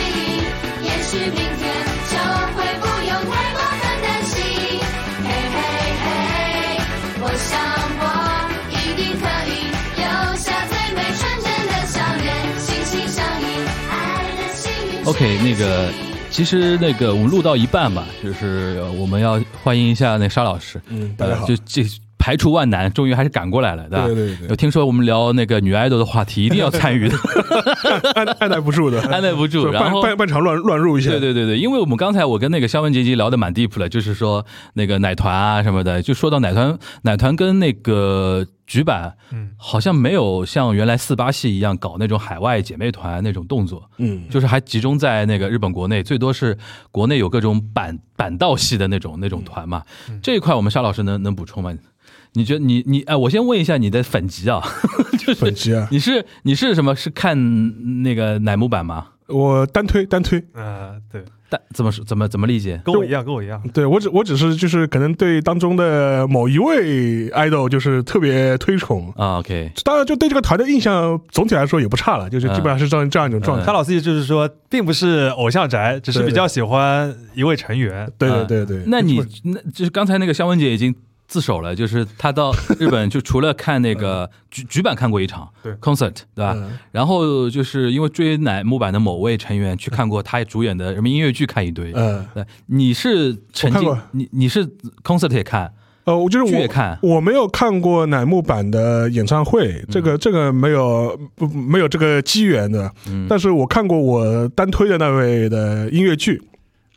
也许明天就会不用太过分担心。嘿嘿嘿，我想我一定可以留下最美纯真的笑脸，心心相印，爱的幸运曲奇。
OK，那个其实那个我们录到一半吧，就是呃我们要欢迎一下那沙老师，
嗯，大家
呃，
好
就。这排除万难，终于还是赶过来了，对吧？
对对对
有听说我们聊那个女爱豆的话题，一定要参与的，
按按耐不住的，
按耐不住。
对
[laughs] 然
半
后，
半半场乱乱入一下，
对对对对，因为我们刚才我跟那个肖文杰已经聊得蛮 deep 了，就是说那个奶团啊什么的，就说到奶团，奶团跟那个局版
嗯，
好像没有像原来四八系一样搞那种海外姐妹团那种动作，
嗯，
就是还集中在那个日本国内，最多是国内有各种板板道系的那种那种团嘛。这一块我们沙老师能能补充吗？你觉得你你哎，我先问一下你的粉籍啊， [laughs]
本集啊，
你是你是什么？是看那个乃木坂吗？
我单推单推，
呃，对，
但怎么说怎么怎么理解？
跟我一样，跟我一样，
对我只我只是就是可能对当中的某一位 idol 就是特别推崇，
啊，OK，
当然就对这个团的印象总体来说也不差了，就是基本上是这样这样一种状
嗯
沙
态。
老师意思就是说，并不是偶像宅，只是
对对
比较喜欢一位成员。
对
嗯
对对对，
那你那就是刚才那个肖文姐已经自首了，就是她
[laughs]
到日本就除了看那个局局版看过一场
对
concert，对吧？
嗯
然后就是因为追乃木坂的某位成员去
嗯
看过他主演的什么音乐剧，看一堆。
呃
对，你是曾
我看
经
过
你你是 concert 也看，
呃，我就是
剧也
我
看
我没有看过乃木坂的演唱
嗯
会，这个这个没有不没有这个机缘的，
嗯
但是我看过我单推的那位的音乐剧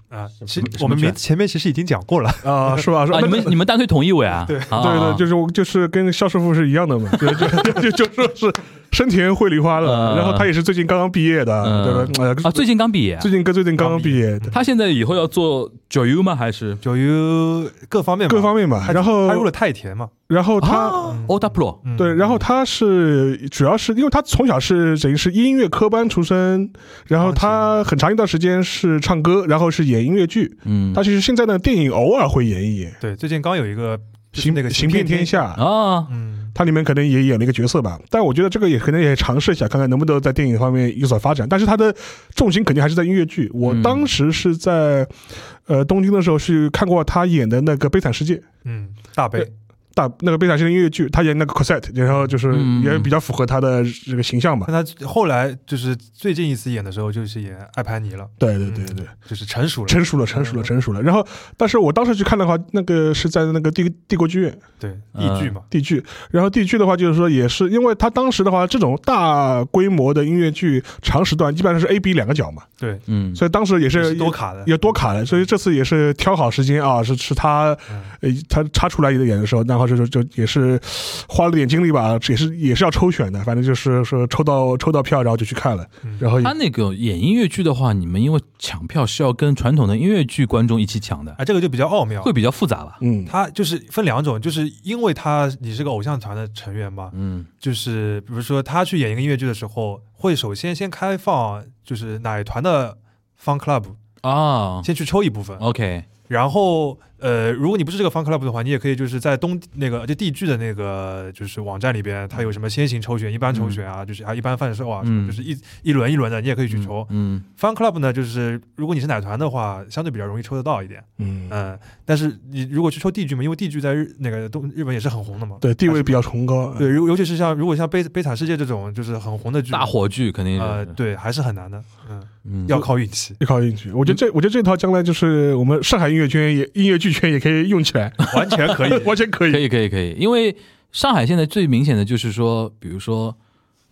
啊，其
什么
我们
剧啊
明前面其实已经讲过了，
啊，是吧？是吧
啊，你
那
们
个
你们单推同一位啊？对
[laughs] 对对，就是是我就是跟肖师傅是一样的嘛，就就 [laughs] 就就说是生田绘梨花
嗯
了，然后他也是最近刚刚毕业的
嗯，
对
啊，
吧？呃，
最近刚毕业啊
最，近跟最近刚刚毕业，
他现在以后要做 JU 吗？还是
就于各方面吧
各方面吧。
他
然后
他入了太田嘛，
然后他
啊 o d a Pro
嗯
对，然后他是主要是因为他从小是等于是音乐科班出身，然后他很长一段时间是唱歌，然后是演音乐剧，
嗯
他其实现在呢电影偶尔会演一演，
对，最近刚有一个就是
行
那个
行遍天，下。
啊，
嗯，
他里面可能也演了一个角色吧，但我觉得这个也可能也尝试一下，看看能不能在电影方面有所发展。但是他的重心肯定还是在音乐剧。我
嗯
当时是在，呃，东京的时候是看过他演的那个《悲惨世界》
嗯，大悲
对大那个《悲惨世界》音乐剧，他演那个 Cosette，然后就是
嗯
也比较符合他的这个形象吧。
但他后来就是最近一次演的时候，就是演艾潘尼了，
对对对对，
就是成熟了。
成熟了，成熟了，成熟了。然后，但是我当时去看的话，那个是在那个帝帝国剧院
对，
嗯
译剧嘛，
地剧。然后地剧的话，就是说也是因为他当时的话，这种大规模的音乐剧长时段基本上是 A B 两个角嘛，
对，
嗯，
所以当时也
就是
是
多卡的，
也多卡了，所以这次也是挑好时间啊，是是他
嗯
呃他插出来演的时候，然后后就就就也是花了点精力吧，也是也是要抽选的，反正就是说抽到抽到票，然后就去看了，然后也
他那个演音乐剧的话，你们因为抢票是要跟传统的音乐剧观众一起抢的，
啊，这个就比较奥妙
会。比较复杂吧？
嗯
它就是分两种，就是因为他你是个偶像团的成员嘛，
嗯
就是比如说他去演一个音乐剧的时候，会首先先开放就是哪一团的 fan club，
啊
先去抽一部分，
，OK，
然后呃，如果你不是这个 fan club 的话，你也可以就是在东那个就地剧的那个就是网站里边，它有什么先行抽选、一般抽选啊，就是啊一般贩售啊，
嗯
就是一一轮一轮的，你也可以去抽。
嗯
fan club 呢，就是如果你是奶团的话，相对比较容易抽得到一点，
嗯，
嗯，但是你如果去抽地剧嘛，因为地剧在日那个东日本也是很红的嘛，
对地位比较崇高，。
嗯
对，尤尤其是像如果像悲悲惨世界这种就是很红的剧，
大火剧肯定是
呃，，对，还是很难的，嗯，
嗯
要靠运气
一考进去，我觉得这，我觉得这套将来就是我们上海音乐圈也音乐剧圈也可以用起来，
[laughs] 完全可以
[laughs] 完全可
可
以。
以可以可以，因为上海现在最明显的就是说，比如说，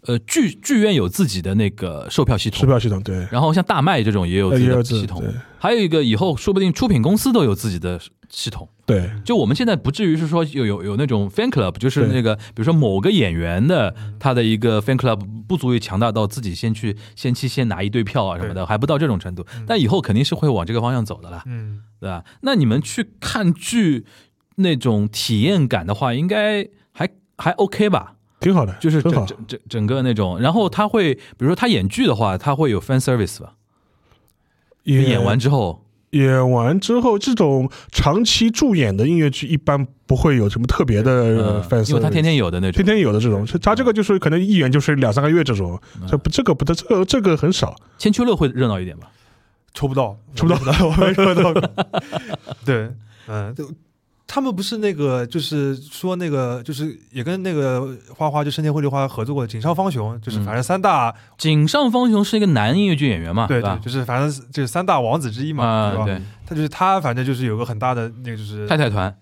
呃，剧剧院有自己的那个售票系
售
统，
票系统对，
然后像大麦这种也有
呃
自己
也有
的
自
系统
对，
还有一个以后说不定出品公司都有自己的系统。
对
就我们现在不至于是说有有有那种 fan club，就是
对嗯
那个比如说某个演员的他的一个 fan club 不足以强大到自己先去先期先拿一堆票啊什么的，还不到这种程度。
嗯
但以后肯定是会往这个方向走的啦，
[laughs] 嗯，
对吧？那你们去看剧那种体验感的话，应该还还 OK 吧？
挺好的，
就是
很
整
好。
整整整个那种，然后他会，比如说他演剧的话，他会有 fan service 吧？
也
演完之后，
演完之后，这种长期驻演的音乐剧一般不会有什么特别的
嗯
呃 fans，
因为他天天有的那种
天，天有的这种，他这个就是可能一演就是两三个月这种，
嗯
这不这个不这个这个很少。
千秋乐会热闹一点吧？
抽不到，
抽
[laughs]
不到
我没抽到，我没抽到。对，嗯，就他们不是那个，就是说那个，就是也跟那个花花就深田绘梨花合作过的井上方雄，就是
嗯
反正三大，
井上方雄是一个男音乐剧演员嘛，
对
啊吧
对，？就是反正就是三大王子之一嘛，对
啊，
吧？
对，
他就是他，反正就是有个很大的那个，就是
太太团，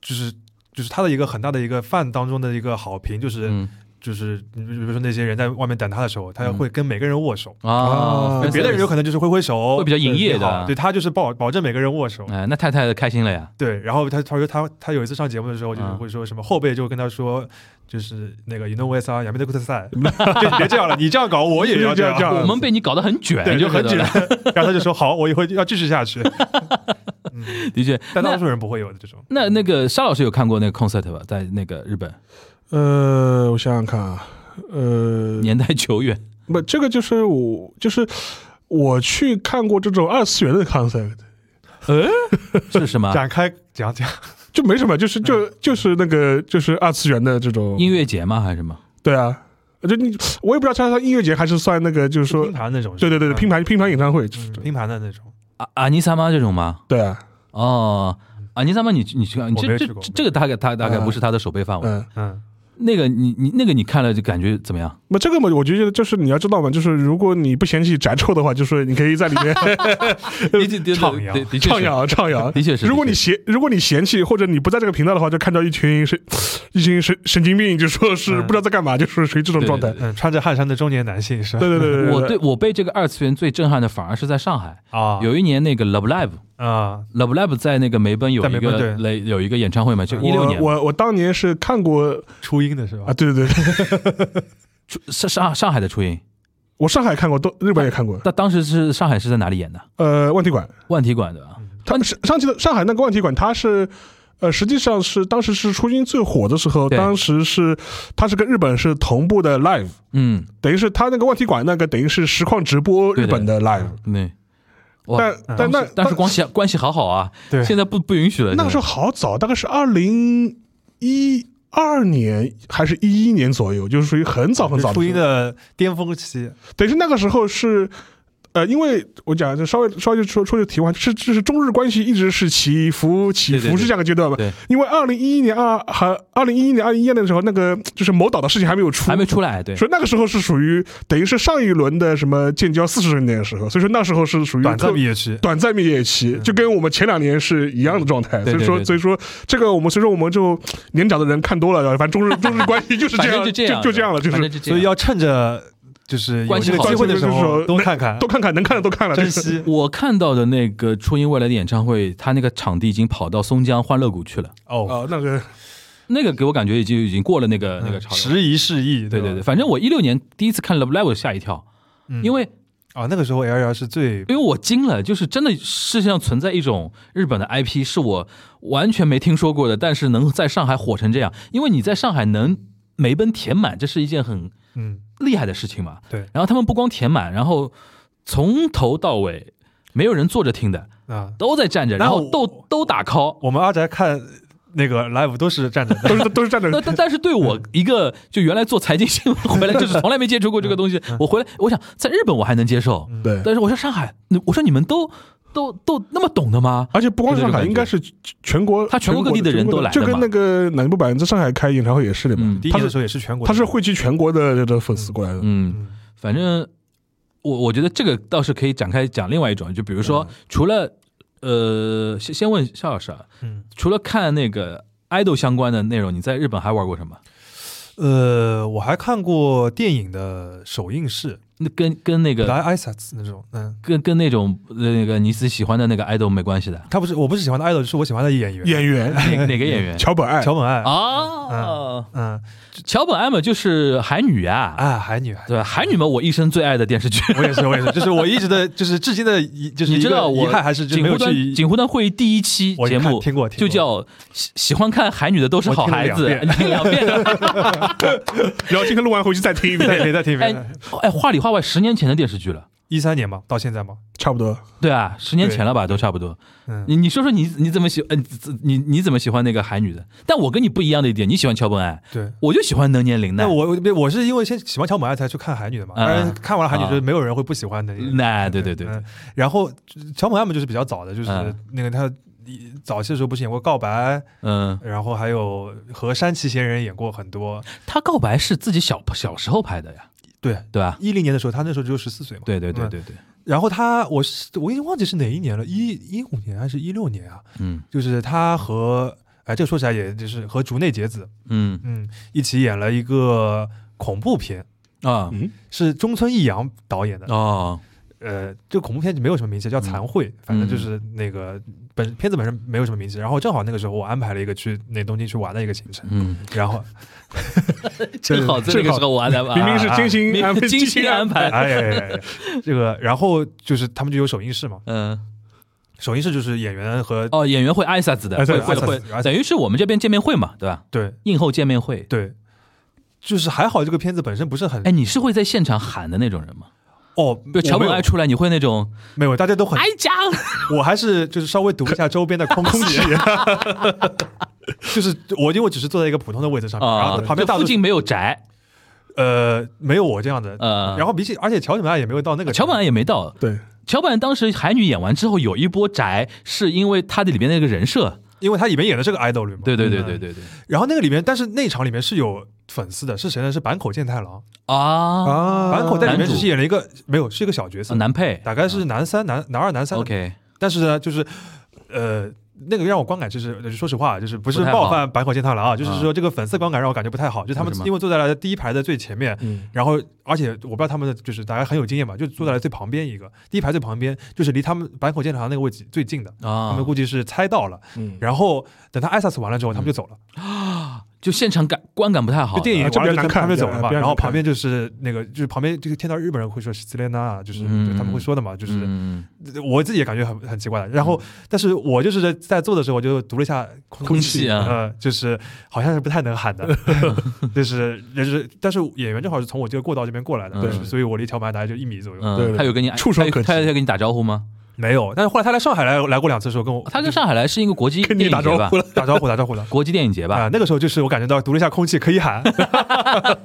就是就是他的一个很大的一个饭当中的一个好评，就是、
嗯
就是比如比如说那些人在外面等他的时候，他
嗯
会跟每个人握手，
啊
啊，
分
哎别的人有可能就是挥挥手，
会比较营业的啊
对他就是保保证每个人握手。
哎，那太太开心了呀，
对，然后他他说他他有一次上节目的时候，就是
啊
嗯
会说什么后辈就跟他说，就是那个 you know what's on 亚美德库特
[laughs]
赛，就你别这样 [laughs] 了，你这样搞我也要
这样
样，
嗯
我们被你搞得很卷，
对，就很
觉
紧
得
张。然后他就说好，我以后要继续下
[laughs]
去。嗯，
的确，
[laughs] 但大
那
多数人不会有的这种。
那那个沙老师有看过那个 concert 吧？在那个日
[laughs]
本
[laughs] 呃，我想想看啊，呃，
年代久远， [laughs]
不，这个就是我就是我去看过这种二次元的 concept，
是什
啊
么
[laughs] 展开讲讲，
就没什么，就是就就是那个就是二次元的这种
嗯音，乐节吗？还是什么？
对啊，就你我也不知道算算音乐节还是算那个就是说
拼，盘那种是吧，
对对对对，
嗯
拼盘拼盘演唱会，就是
嗯拼盘的那种。
啊阿尼萨妈这种吗？
对啊，
哦，阿尼萨妈，你你去看，你
我
这
没
这
去过
这个大概大大概不是他的手背范围。
嗯，
嗯，
那个你你那个你看了就感觉怎么
[laughs]
样？
那这个嘛，我觉得就是你要知道嘛，就是如果你不嫌弃宅臭的话，就是你可以在里面
的确的确
徜徉
[laughs] 的的确是
畅扬畅扬。
的确是。
如果你
的确
嫌如果你嫌弃或者你不在这个频道的话，就看到一群神一群神神经病，就说是
嗯
不知道在干嘛，就说属于这种
对
状态
对。
嗯，穿着汗衫的中年男性是吧？
对对对
[laughs]
对，
是我对我被这个二次元最震撼的反而是在上海，
啊，
有一年那个 Love Live。
啊，
Love Lab 在那个梅奔有
在
一
梅奔
个
对
雷有一个演唱会嘛，就一六
我
年
我我当年是看过
初音的是吧？
啊，对对对，
出上上上海的初音，
我上海看过，都日本也看过，
那当时是上海是在哪里演的？
呃，万体馆，
万体馆对吧？
他上上期的上海那个万体馆，它是。呃，实际上是当时是初音最火的时候，
对
当时是它是跟日本是同步的 live，
嗯，
等于是它那个万体馆那个等于是实况直播
对
日
的
本的 live，
对。哇，嗯
但但那
当时关系关系好好啊，
对
现在不不允许了。
那个时
现
候好早，大概是二零一二年还是一一年左右，就是属于很早很早
初音
的时候，
的巅峰期，
等于是那个时候是。呃，因为我讲就稍微稍微就说说句题外话，是这是中日关系一直是起伏起
对对
伏是
对
这样个阶段吧？
对
因为二零一一年二还二零一一年二零一年的时候，那个就是某岛的事情还没有
在
出，
还没出来，对，
所以那个时候是属于等于是上一轮的什么建交四十周年的时候，所以说那时候是属于
短暂
特
蜜月期。
短暂蜜月期，就跟我们前两年是一样的状态。
嗯对
所以
对
说，
对
所以说这个我们所以说我们就年长的人看多了，反正
[laughs]
中日中日关系就是
反
这
正
样，
就这样，
就就这样了，就
反
是
正就这
所
样
以要趁着就是有
关系
这个
好
机会的时
就是
候
说
多看看
都，看看，能看的都
[laughs]
看了，就
珍
是
[laughs]
惜
我看到的那个初音未来的演唱会，他那个场地已经跑到松江欢乐谷去了。
哦。嗯
哦，那个
那个给我感觉已经已经过了那个那个潮流。
时移世易，
对对
对
对，
吧，
反正我一六年第一次看 Love Live 吓一跳，
嗯
因为
啊那个时候 L L 是最
因为我惊了，就是真的世界上存在一种日本的 IP 是我完全没听说过的，但是能在上海火成这样，因为你在上海能每本填满，这是一件很
嗯
厉害的事情嘛。
对
然后他们不光填满，然后从头到尾没有人坐着听的，
啊，
都在站着，然
那我
后都都打 call。
我们阿宅看那个 live 都是站着的，
都是都是站着
但但但是对我一个就原来做财经新闻回来，就是从来没接触过这个东
嗯
西，我回来我想在日本我还能接受，
对。
但是我说上海，你我说你们都都都那么懂的吗？
而且不光是上海，
就这种感觉
应该是全国，
他全国各地的人都来的
就
嘛
跟那个南部百分之上海开演唱会也是的嘛，
嗯
[laughs] 第一
他是
的时候也是全国的，
他是汇聚全国的的粉丝过来的。
嗯，
嗯
反正我我觉得这个倒是可以展开讲另外一种，就比如说除了呃，先先问夏老师啊，
嗯
除了看那个爱豆相关的内容，你在日本还玩过什么？
呃，我还看过电影的首映式，
那跟跟那个
来挨萨斯那种，嗯，
跟跟那种呃那个你自己喜欢的那个爱豆没关 [laughs] 系的，
他不是我不是喜欢的 idol，是我喜欢的演员
演员
哪哪个演员？
[laughs] 桥本爱，
桥本爱，
啊哦，
嗯
桥本爱嘛，就是海女啊，
啊，海女，海女
对吧？海女嘛，我一生最爱的电 [laughs] 视剧。
我也是，我也是，就是我一直的，就是至今的遗，就是
你
一
知
个
道我
遗憾还是就
锦
没有
湖端
去
锦湖端会议第一期
我
节
看
目
听过，听
就
过
叫喜喜欢看海女的都是好孩子，
我
你听两遍。
[laughs]
然后今天录完回去再听
[laughs]
一
再
遍，
听再听一
哎
遍，
哎，话里话外，十年前的电视剧了。
一三年嘛，到现在嘛，
差不多。
对啊，十年前了吧，都差不多。
嗯
你你说说你你怎么喜呃你你你怎么喜欢那个海女的？但我跟你不一样的一点，你喜欢桥本爱，
对。
我就喜欢能年玲奈
那。我我我是因为先喜欢乔本爱才去看海女的嘛，
嗯
当然看完了海女
啊
就是没有人会不喜欢的。
那对对对，
嗯，然后乔本爱嘛就是比较早的，就是
嗯
那个她早期的时候不是演过《告白》，
嗯，
然后还有和山崎贤人演过很多。
她告白是自己小小时候拍的呀，
对，
对吧？
一零年的时候她那时候只有十四岁嘛。
对对对
嗯
对对，
然后她我是我已经忘记是哪一年了，一一五年还是一六年啊？
嗯
就是他和哎，这个说起来也就是和竹内结子，
嗯
嗯，一起演了一个恐怖片，
啊
嗯，
是中村义阳导演的。
哦
呃，这个恐怖片就没有什么名气，
嗯
叫《残会》，反正就是那个本片子本身没有什么名气。然后正好那个时候我安排了一个去那东京去玩的一个行程，
嗯，[laughs]
然后
正好在那个时候我还在玩，
明明是精心安排，
精心安
排。
哎
排，
哎哎哎这个，然后就是他们就有首映式嘛，
嗯
首映式就是演员和、
哦，演员会挨啥子的，
挨
会会
哎
啥子
挨啥子挨啥
会，
子
等于是我们这边见面会嘛，对吧？
对
映后见面会。
对，就是还好这个片子本身不是很
哎，你是会在现场喊的那种人吗？
哦，
比如
我
桥
没
本
有
爱出来，你会那种
没有，大家都很
哎
[laughs]
讲，
我还是就是稍微读一下周边的空空气， [laughs] 就是我因为我只是坐在一个普通的位置上面，然
啊，
后旁边
这
大
附
多数
近没有宅，
呃没有我这样的，
呃，
然后比起而且桥本爱也没有到那个
啊桥本爱也没到。
对，
桥本爱当时海女演完之后，有一波宅，是因为她的里面那个人设。
因为他里面演的是个 idol 嘛，
对对对
嗯
对。对对。
然后那个里面，但是那场里面是有粉丝的，是谁呢？是坂口健太郎，
啊，
啊，
坂口在里面
男主哦
只是演了一个没有是一个小角色，
男配。
大概是男三、男男二、男三的
OK，
但是呢，就是呃，那个让我观感就是，呃说实话，就是不是
不太好
冒犯坂口健太郎啊，就是
嗯
说这个粉丝观感让我感觉不太好，就他们
为什么
因为坐在了第一排的最前面。
嗯，
然后，而且我不知道他们的就是大家很有经验吧，就坐在了最旁边一
嗯
个，第一排最旁边，就是离他们坂口健太郎那个位置最近的，他
啊
们，估计是猜到了。
嗯
然后等他挨萨斯完了之后，他们
嗯
就走了。
就现场感观感不太好
就
的。
电影
啊这
完了
比
之
较
后，
难看
他们就走了
比较
嘛。
比较
然后
难看
旁边就是那个，就是旁边这个听到日本人会说 s i l e n a 就是
嗯
就他们会说的嘛，就是
嗯，
我自己也感觉很很奇怪的。然后，但是我就是在在做的时候，我就读了一下空
空气啊
呃，就是好像是不太
[laughs]
能喊的，就是就是，但是演员正好是从我这个过道这边过来的，
对
就是所以我离条牌大概就一米左右，
嗯，
对对
他有跟你
触手
他有
可及
他有他有跟你打招呼吗？
没有。但是后来他来上海来来过两次的时候，跟我
哦他跟上海来是一个国际
跟
电影
你打
节
招
吧
呼？了，
打招呼打招呼的。
国际电影节吧？
啊，那个时候就是我感觉到读了一下空气可以
[laughs]
喊， [laughs]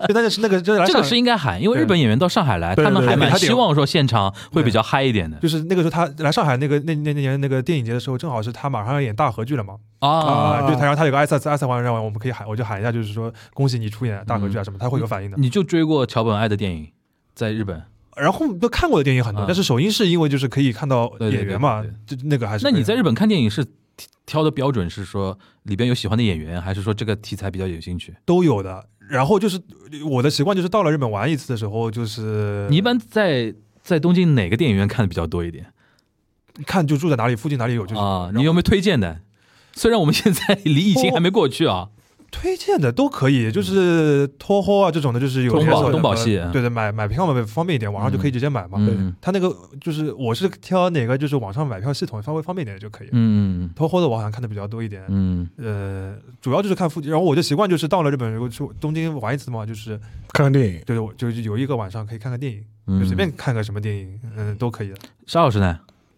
就但是那个就是来
这
上
个
海
是应该喊，因为
对
日本演员到上海来，
对
他们
对
还
对
蛮
他得
希望说现场会比较嗨一点的
就是那个时候他来上海那个那那那年那个电影节的时候，正好是他马上要演大河剧了嘛，
啊。
啊，就是他，然后他有个艾萨斯艾萨环，让我们可以喊，我就喊一下，就是说恭喜你出演大合
嗯
剧啊什么，他会有反应的。
你就追过桥本爱的电影，在日本？
然后都看过的电影很多
啊，
但是首映是因为就是可以看到
对对
演员嘛
对对，
就那个还是
那你在
可以
日本看电影是挑的标准是说里边有喜欢的演员，还是说这个题材比较有兴趣？
都有的。然后就是我的习惯就是到了日本玩一次的时候，就是
你一般在在东京哪个电影院看的比较多一点
看就住在哪里附近哪里有就是
[laughs] 啊？你有没有推荐的？虽然我们现在离疫情还没过去啊，
推荐的都可以，就是脱欧啊这种的，就是有
东
连
宝
锁的
东宝
嘛
系
对对，买买票嘛方便一点，网上就可以直接买嘛。
嗯
他那个就是我是挑哪个就是网上买票系统稍微方便一点就可以。
嗯
脱欧的我好像看的比较多一点，
嗯
呃，主要就是看附近，然后我就习惯就是到了日本，如果去东京玩一次嘛，就是
看看电影。
就是我就是有一个晚上可以看看电影，
嗯，
就随便看个什么电影，嗯、都可以的。
沙老师呢？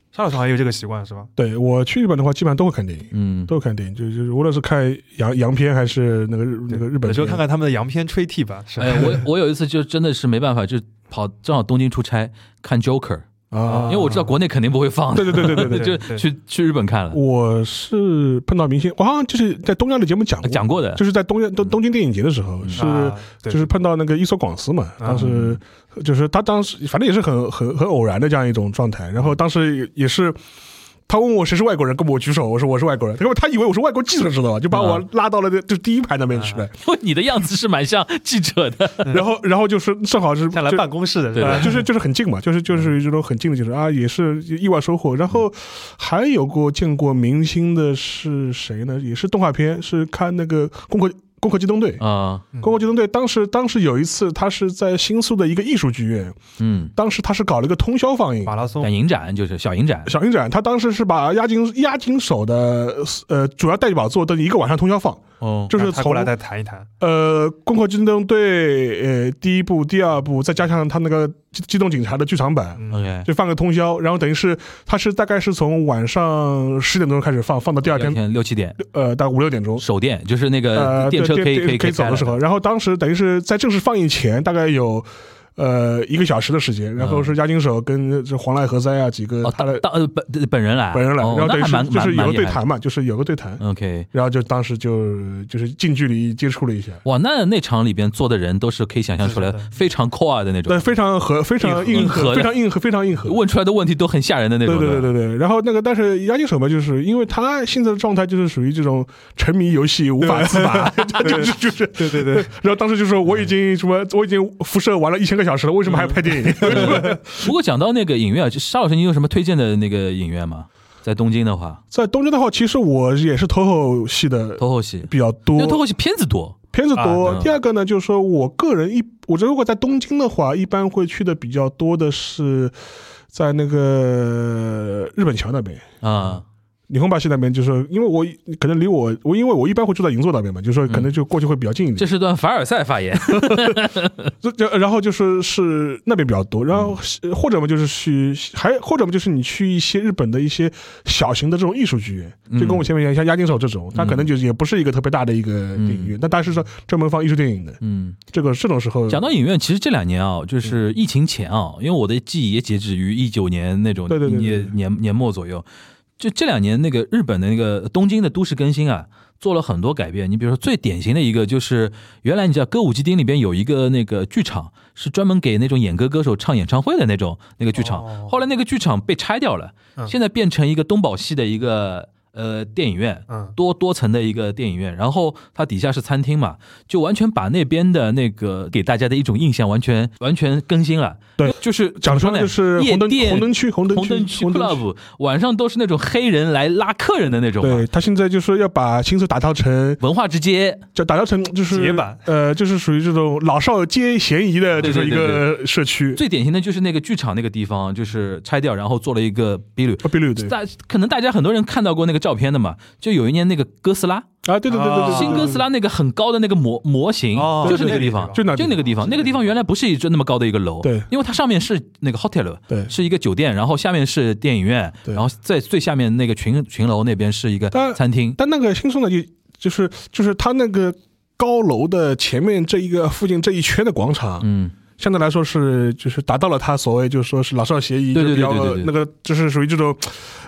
沙老师好像有这个习惯是吧？
对我去日本的话，基本上都会看电影，
嗯，
都会看电影，就就是无论是看洋洋片还是那个日那个日本
有时候
片
看，看他们的洋片吹替吧，是吧？
[laughs] 哎，我我有一次就真的是没办法，就跑正好东京出差看 Joker，
啊
因为，我知道国内肯定不会放的，
对对对对对对。
对
就
对
去去日本看了，
我是碰到明星，我好像就是在东亚的节目讲过，
讲过的，
就是在东亚东东京电影节的时候，是
嗯啊对嗯
就是碰到那个伊索广司嘛，当时就是他当时反正也是很很很偶然的这样一种状态，
嗯
然后当时也也是。他问我谁是外国人，跟我举手，我说我是外国人。他根本他以为我是外国记者，知道吧？就把我
嗯
拉到了那就第一排那
嗯
边去了。
[laughs] 你的样子是蛮像记者
[laughs]
的，
然后，然后就是正好是
下来
就
办公室的是
对
吧？
啊，就是就是很近嘛，就是
嗯
就是这种很近的接触啊，也是意外收获。然后还有过见过明星的是谁呢？也是动画片，是看那个《攻壳攻壳机动队》。
啊，
嗯
《攻壳机动队》当时当时有一次，他是在新宿的一个艺术剧院，
嗯，
当时他是搞了一个通宵放映。
马拉松
但影展就是小影展，
小影展，他当时是把押金押金手的呃主要代表作的一个晚上通宵放，
哦，
就是
他过
从
来再谈一谈，
呃，《攻壳机动队》呃第一部、第二部，再加上他那个机机动警察的剧场版，
嗯
OK，
就放个通宵，然后等于是他是大概是从晚上十点钟开始放，放到第二天
六七点，
呃大概五六点钟，
手电就是那个
呃
电车
对
可以
对
可以
可以走
开
的时候，然后当时等于是在正式放映前大概有。呃，一个小时的时间，然后是押金手跟这黄濑和哉啊几个
嗯哦，
他的
当当呃本本人来，
本人来，
哦
然后
那
等于
还
是
蛮
就是
蛮
有
蛮
个
厉
对
害的嗯
谈嘛，就是有个对谈，
，OK，
然后就当时就就是近距离接触了一下，
哇，那那场里边坐的人都是可以想象出来
是的是
非常 core 的那种
对，，非常和非常
硬
硬
核
核，
的
非常硬核，非常硬核。
问出来的问题都很吓人的那
对
种。
对对
吧
对对，然后那个，但是押金手嘛，就是因为他现在的状态就是属于这种沉迷游戏无法自
[laughs]
拔，就是就是，
对对对，
然后当时就说我已经什么，我已经辐射玩了一千个小时了，为什么还要拍
[laughs]
电影？
不过讲到那个影院，就沙老师，你有什么推荐的那个影院吗？在东京的话，
在东京的话，其实我也是头后戏的
头后戏，
比较
因为头
多，
后戏片子多。
片子多
啊。对
第二个呢，就是说我个人一，我觉得如果在东京的话，一般会去的比较多的是在那个日本桥那边。嗯
啊，
霓虹巴西那边，就是因为我可能离我我因为我一般会住在银座那边嘛，就是说可能就过去会比较近一
这
点。
是段凡尔赛发言。
这这然后就是是那边比较多，然后
嗯
呃或者嘛就是去还或者嘛就是你去一些日本的一些小型的这种艺术剧院，
嗯
就跟我前面一样，像押金手这种，它可能就是也不是一个特别大的一个电影院，但它是说专门放艺术电影的。
嗯，
这个这种时候，
讲到影院，其实这两年啊，
嗯
就是疫情前啊，因为我的记忆也截止于一九年那种
对对对对
年年年末左右。就这两年，那个日本的那个东京的都市更新啊，做了很多改变。你比如说，最典型的一个就是，原来你知道歌舞伎町里边有一个那个剧场，是专门给那种演歌歌手唱演唱会的那种那个剧场。
哦
后来那个剧场被拆掉了，
嗯
现在变成一个东宝系的一个呃电影院。
嗯，
多多层的一个电影院，然后它底下是餐厅嘛，就完全把那边的那个给大家的一种印象完全完全更新了。
对，
就是
讲
说
说
呢，
就是
夜
红灯
店
红灯区红灯
红灯
区
区 club 晚上都是那种黑人来拉客人的那种嘛
对他现在就说要把新宿打造成
文化之街，
就打造成就是
结版
呃，就是属于这种老少皆嫌疑的，
对
就
对
是一个社区。
最典型的就是那个剧场那个地方，就是拆掉，然后做了一个比旅。
啊，比率对
大可能大家很多人看到过那个照片的嘛，就有一年那个哥斯拉，
啊，对对对对对，
啊
新哥斯拉那个很高的那个模模型
哦，
就是那个地
对
方，
就那
就那个地方，那个地方原来不是一座那么高的一个楼，
对
因为它上面是那个 hotel，
对
是一个酒店，然后下面是电影院，
对
然后在最下面那个群群楼那边是一个
但
餐厅，
但那个新宿呢，就就是就是它那个高楼的前面这一个附近这一圈的广场，
嗯，
相对来说是就是达到了它所谓就是说是老少咸宜，
对对
就比较
对对对对
那个就是属于这种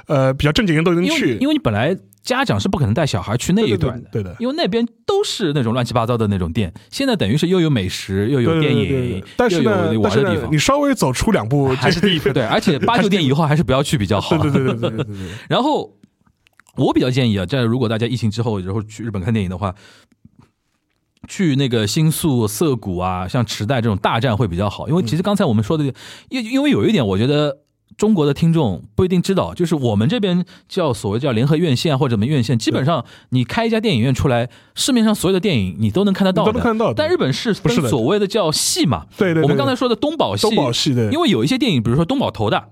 呃比较正经人都能
因为因
去，
为你本来家长是不可能带小孩去那一
对对
段的。
对的。
因为那边都是那种乱七八糟的那种店，现在等于是又有美食，又有
对
电
对对对
影
对，但是
又有
呢
那，
但
玩
是
的地
呢，
方
你，稍微走出两步，
还是
地方。
对，而且八九点以后还是不要去比较好。
对对对对对对对对。
然后我比较建议啊，在如果大家疫情之后，然后去日本看电影的话，去那个新宿、涩谷啊，像池袋这种大站会比较好，因为其实刚才我们说的，因因为有一点，我觉得。中国的听众不一定知道，就是我们这边叫所谓叫联合院线或者门院线，基本上你开一家电影院出来，市面上所有的电影你都能看得到
你都能
的。
看到的
但日本是分
是的
所谓的叫系嘛，
对对对，
我们刚
对
才说的东宝系，
东宝系的，
呃因为有一些电影，比如说东宝投的，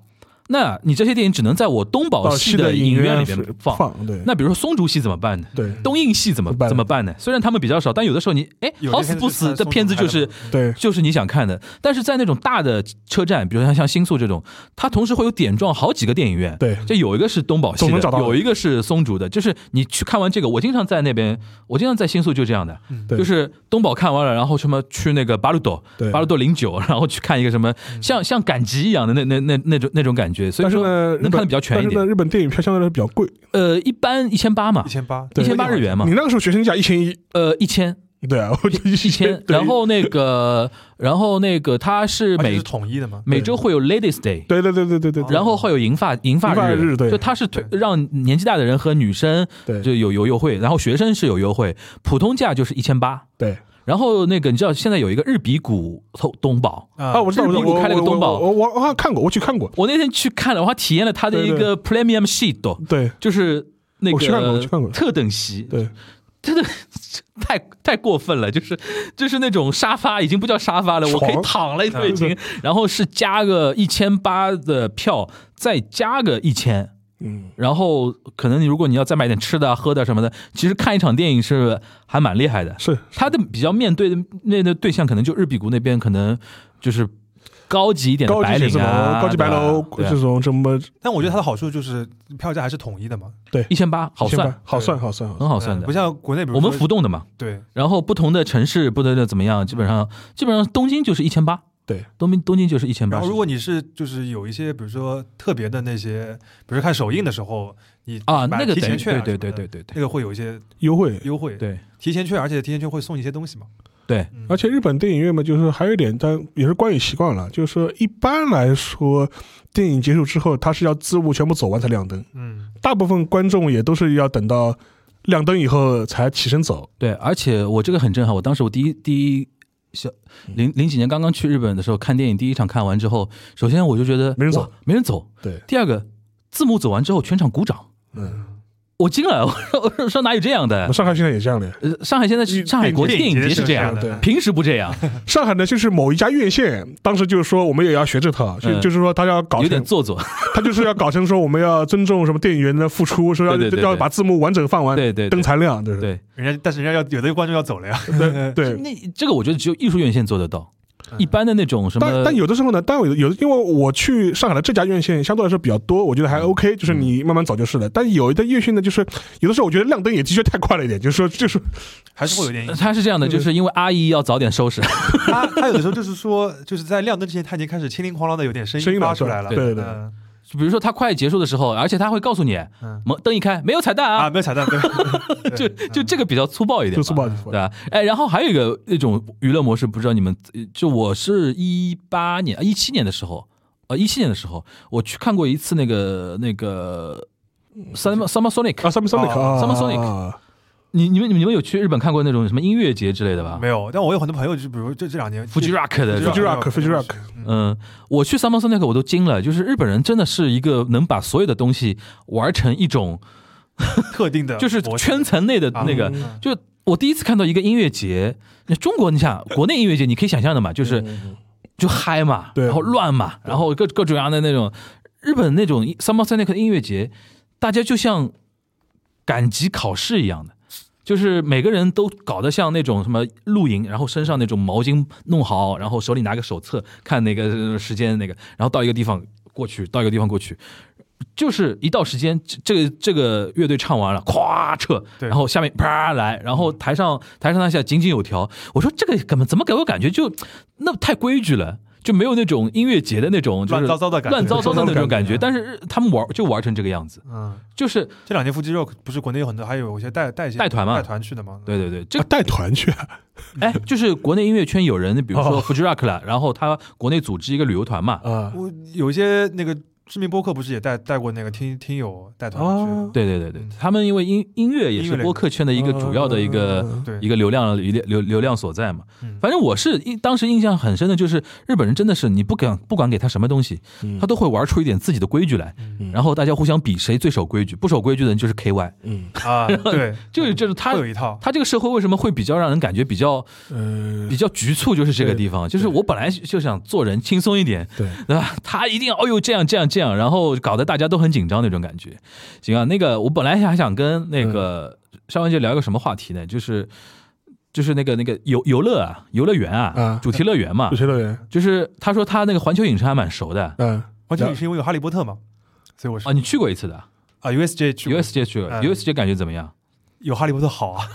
那你这些电影只能在我东宝
宝
系
系
的影
影
院里
哦是
面放。
放，对，
那比如说松竹系怎么办呢？
对
东映系怎么
怎么办
怎么办呢？虽然他们比较少，但有的时候你哎，
有
好
的
死
片
不
子就是
死
他
的
送
片子
出来
就
的
是
对
就是你想看的，但是在那种大的车站，比如像像新宿这种，它同时会有点状好几个电影院。
对
这有一个是东宝系
总能
的
找，到
有一个是松竹的，就是你去看完这个，我经常在那边，我经常在新宿就这样的，
嗯
对
就是东宝看完了，然后什么去那个巴鲁朵
对，嗯
巴鲁朵零九， [laughs] 然后去看一个什么像像赶集一样的那那那那种那种感觉，所以
但是
说
呢，日
能
本
看得比较全一
但是呢，
点。
日本电影票相对来说比较贵，
呃，一般一千八嘛
一，千八，
一千八日元嘛
你，那个时候学生价一千一，
呃，一千
对啊，我觉得一
一千，
对
然后那个然后那个它是
而且
每
啊是统一的嘛，
每周会有 Ladies Day，
对对对对对对对
然后会有银发银发
银发日对
就它是推让年纪大的人和女生
对
就有有优惠，然后学生是有优惠，普通价就是一千八。
对
然后那个你知道现在有一个日比谷东东宝，
啊，
哦
我知道
日比
我知道
谷
我
开了个东宝
我我我我好像看过，我去看过，
我那天去看了，我还体验了它的一个 Premium Sheet，哦
对
就是那
我去看过我去看
个
过
特等席，
对
真的太太过分了，就是就是那种沙发已经不叫沙发了，我可以
床
躺了都已
[laughs]
经，然后是加个一千八的票，再加个一千。
嗯，
然后可能你如果你要再买点吃的、啊、喝的什么的，其实看一场电影是还蛮厉害的。
是
他的比较面对的那的对象，可能就日比谷那边，可能就是高级一点的
高
白
级写字
领
楼、
啊，
高级白楼
对吧
这种什么
但我觉得它的好处就是票价还是统一的嘛，
一千八，好
千八
算，
好算好算好算，
很好哦算
嗯
的
不。像国内，比如
我们嗯
说
浮动的嘛，
对
然后不同的城市不得了怎么样，基本上基本上东京就是一千八，
对，
东京东京就是一千八
然后，。如果你是就是有一些，比如说特别的那些，比如说看首映的时候，你
啊，
买
那个
提
等于
前券啊
对
什
对
么的
对对对
那个会有一些
优惠。
优惠，，
对
提前券，而且提前券会送你一些东西嘛。
对，
嗯
而且日本电影院嘛，就是还有一点，但也是观影习惯了。就是说，一般来说，电影结束之后，它是要字幕全部走完才亮灯。
嗯，
大部分观众也都是要等到亮灯以后才起身走。
对，而且我这个很震撼，我当时我第一第一小零零几年刚刚去日本的时候看电影，第一场看完之后，首先我就觉得
没人走
哇，没人走。
对，
第二个字幕走完之后，全场鼓掌，
嗯，
我惊了，我 [laughs] 说我说说哪有这样的
那？上海现在也这样的。
呃上海现在是上海国际电影节是这样
的
对，
平时不这样，
上海呢，就是某一家院线，当时就是说我们也要学这套，就
嗯
就是说他要搞
有点
成，
做作。
他就是要搞成说我们要尊重什么电影人的付出，说要
对对对对
要把字幕完整放完，
对对对
灯才亮，对
对，
人家但是人家要有的观众要走了呀，
对对。
那这个我觉得只有艺术院线做得到，一般的那种什么，
但但有的时候呢，但有有，因为我去上海的这家院线相对来说比较多，我觉得
嗯
还 OK，就是你慢慢找就是了。但有的院线呢，就是有的时候我觉得亮灯也的确太快了一点，就是说就是
还是会有点
[laughs]
影响。
呃他是这样的，就是因为阿姨要早点收拾，
他他有的时候就是说，就是在亮灯之前，他已经开始叮铃哐啷的有点声
声音
发
了
出来了。
对对对
嗯
比如说他快结束的时候，而且他会告诉你
嗯，
门灯一开没有彩蛋
啊，
[laughs] 啊，
没有彩蛋，对， [laughs]
就
对
就这个比较粗暴一点吧，
就是不好意
对
思。
吧？哎，然后还有一个那种娱乐模式，不知道你们，呃就我是一八年、一七年的时候，呃，一七年的时候，我去看过一次那个那个 Summer Summer
啊
Sonic，
，Summer Sonic 啊
Summer Sonic
啊
你你们你们有去日本看过那种什么音乐节之类的吧
没有。但我有很多朋友，就比如这这两年
？Fuji Rock 的这种
Fuji Rock，Fuji
Rock，
Rock
嗯，我去 Summer Sonic 我都惊了，就是日本人真的是一个能把所有的东西玩成一种，
特定的
就是
模式
圈层内的
啊
那个，
嗯
就我第一次看到一个音乐节，那中国你想国内音乐节你可以想象的嘛，就是就嗨嘛，
对
然后乱嘛，然后各各种各样的那种日本那种 Summer Sonic 音乐节，大家就像赶集考试一样的。就是每个人都搞得像那种什么露营，然后身上那种毛巾弄好，然后手里拿个手册看那个呃时间那个，然后到一个地方过去，到一个地方过去，就是一到时间，这这个这个乐队唱完了，咵撤，
对嗯
然后下面啪来，然后台上台上台下井井有条。我说这个怎么怎么给我感觉就那太规矩了。就没有那种音乐节的那种，就是
乱糟糟的感觉
乱糟糟的那种感觉。
乱糟糟的感
但
觉
是日他们玩就玩成这个样子，
嗯，
就是
这两年 Fuji Rock 不是国内有很多，还有一些带带一些
带团嘛
带团去的嘛。
对对对，这
啊带团去啊，
哎，就是国内音乐圈有人，比如说
哦
哦
Fuji Rock 了，然后他国内组织一个旅游团嘛，
啊
我有一些那个知名播客不是也带带过那个听听友带团去？
哦
对对对对
嗯，
他们因为音音乐也
音
是
乐哦类
播
的
客圈的一个主要的一个、
嗯
对
一个流量流流流量所在嘛。
嗯
反正我是印当时印象很深的就是日本人真的是你不管不管给他什么东西，
嗯
他都会玩出一点自己的规矩来，
嗯
然后大家互相比谁最守规矩，不守规矩的人就是 K Y，
嗯
啊，对，
就是就是他
会有一套，
他这个社会为什么会比较让人感觉比较
呃
嗯比较局促，就是这个地方，就是
对
我本来就想做人轻松一点，
对
对吧？ [laughs] 他一定要哦呦这样这样这样，然后搞得大家都很紧张那种感觉。行啊，那个我本来还想跟那个
嗯
稍文杰聊一个什么话题呢？就是就是那个那个游游乐啊，游乐园啊
啊，
主题乐园嘛
嗯
有，些乐园，
就是他说他那个环球影城还蛮熟的
嗯，
完全你是因为有哈利波特嘛，所以我是
啊，你去过一次的
啊 USJ 去过
，USJ 去过
嗯
，USJ 感觉怎么样？
有哈利波特好啊，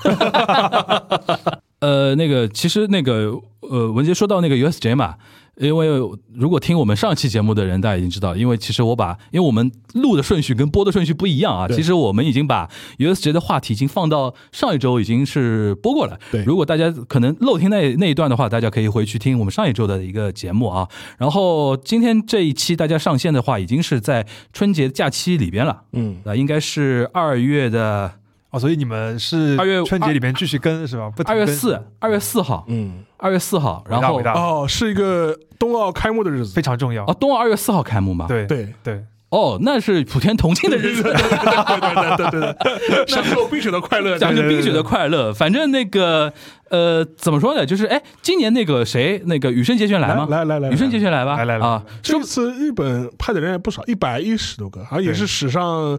呃，那个其实那个呃，文杰说到那个 USJ 嘛，因为如果听我们上期节目的人，大家已经知道，因为其实我把因为我们录的顺序跟播的顺序不一样啊，
对
其实我们已经把 USJ 的话题已经放到上一周已经是播过了。
对
如果大家可能漏听那那一段的话，大家可以回去听我们上一周的一个节目啊。然后今天这一期大家上线的话，已经是在春节假期里边了，
嗯，
啊，应该是二月的
哦，所以你们是
二月
春节里面继续跟是吧？不停
二月
跟
四，二月四号，
嗯，
二月四号，然
伟大
后
伟。大
哦，是一个冬奥开幕的日子
非，常重要
哦，，冬奥二月四号开幕吗？，
对
对
对，
哦，那是普天同庆的日子，
[laughs] 对对对对
[laughs]
对，享受冰雪的快乐，
讲
对
是冰雪的快乐。反正那个呃，怎么说呢？就是哎，今年那个谁，那个羽生结弦来吗？
来来来，
羽生结弦来吧，
来来来
啊！
这次日本派的人也不少，一百一十多个，好像也是史上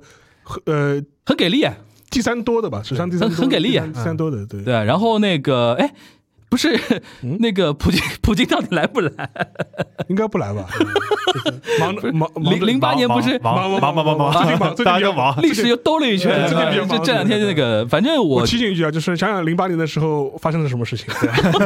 呃
很给力，
第三多的吧，史上第三多
很很给力
第
啊
三第三多的，对
对。然后那个哎，不是
嗯
[laughs] 那个普京，普京到底来不
啊
来？
应该不来吧？忙着忙忙
零
着
零八年不是
忙忙忙忙忙
最近忙，最近
大家都
比较
忙，
历史又兜了一圈，
对这个比较
啊
忙
这这两天那个，反正
我
我
提醒一句啊，就是想想零八年的时候发生了什么事情。 [laughs]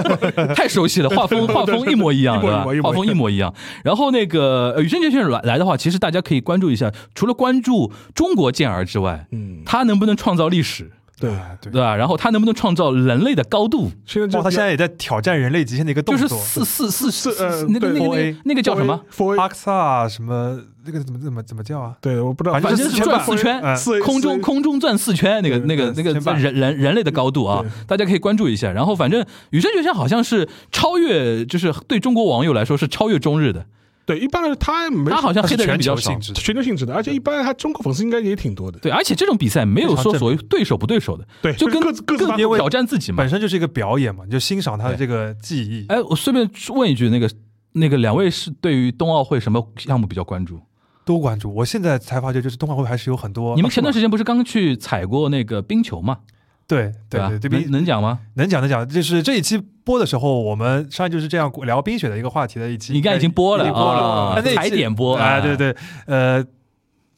太熟悉了，画风画风一模一样，
一模
对吧
一模一？模
画风一模一样。然后那个呃羽生结弦来来的话，其实大家可以关注一下，除了关注中国健儿之外，
嗯，
他能不能创造历史，
对，
哎对
对。吧？然后他能不能创造人类的高度？
现在
[laughs] 哇，
就
他现在也在挑战人类极限的一个动
就
作，
是四四四
是
四
呃
四那个
对
那个
4A
那个那个叫什么？
？Four A，
阿克萨啊什么那个怎么怎么怎么叫啊？
对，我不知道，
反
反正
就是
转四圈，
嗯
四 A，
空中
四 A
空中转四圈，那个
对
那个那
对
个
先
在
办
人人人类的高度啊
对，
大家可以关注一下。然后反正羽生结弦好像是超越，就是对中国网友来说是超越中日的，
对，一般他没
他好像
它
黑
是
的人
全
比较
球
少
性。质的，
全球性质的，而且一般他中国粉丝应该也挺多的。
对，而且这种比赛没有
非常
说
正
所谓对手不对手的，
对，
就跟
各自各自
更
发
因为
挑战自己嘛
本。身就是一个表演嘛，你就欣赏他的这个技艺。
哎，我随便问一句，那个那个两位是对于冬奥会什么项目比较关注？
多关注。我现在才发觉，就是冬奥会还是有很多
你们前段时间不是刚去踩过那个冰球嘛？
对对
吧
对对，
能
冰
能讲吗？
能讲能讲，就是这一期播的时候，我们上一就是这样聊冰雪的一个话题的一期，
你应该已经播了
已经播
啊
了，那一期
踩点播啊
啊，对对，呃，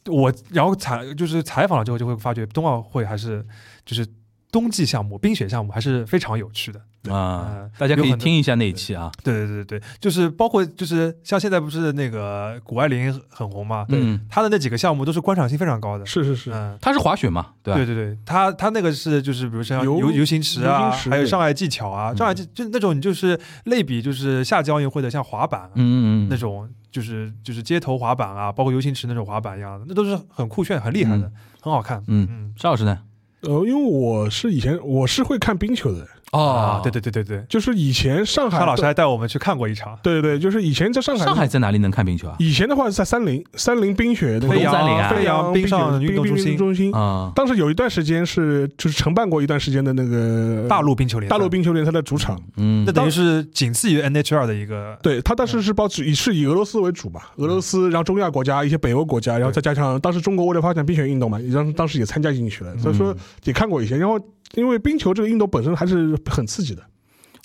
我然后采就是采访了之后，就会发觉冬奥会还是就是冬季项目、冰雪项目还是非常有趣的。
啊
嗯，
大家可
有
以
很多
听一下那一期啊。
对对对对对，就是包括就是像现在不是那个谷爱凌很红嘛，
嗯，
她的那几个项目都是观赏性非常高的，
是是是，
嗯。
他是滑雪嘛，对吧？
对对对，他他那个是就是比如像
游
游游行池
游
啊，
行池
还有
对
障碍技巧啊，障碍技就那种你就是类比就是夏季奥运会的像滑板啊、
嗯嗯嗯，
那种，就是就是街头滑板啊，包括游行池那种滑板一样的，那都是很酷炫、很厉害的，
嗯
很好看。
嗯
嗯
沙老师呢？
呃，因为我是以前我是会看冰球的，
哦
啊，，对对对对对，
就是以前上海
沙老师
的
还带我们去看过一场，
对对对，就是以前在上海，
上海在哪里能看冰球啊？
以前的话是在三菱，三菱冰雪那
飞
个
扬330啊
飞扬
冰
冰上运动
冰
中
冰
心嗯
中心。
啊，
当时有一段时间是就是承办过一段时间的那个
大陆冰球联赛
大陆，冰球联赛的主场，
嗯
那，等于是仅次于 NHL 的一个
对他当时是包以是以俄罗斯为主嘛，
嗯
俄罗斯，然后中亚国家一些北欧国家，然后再加上当时中国为了发展冰雪运动嘛，也让当时也参加进
嗯
去了，所以说也看过一些。然后因为冰球这个运动本身还是很刺激的，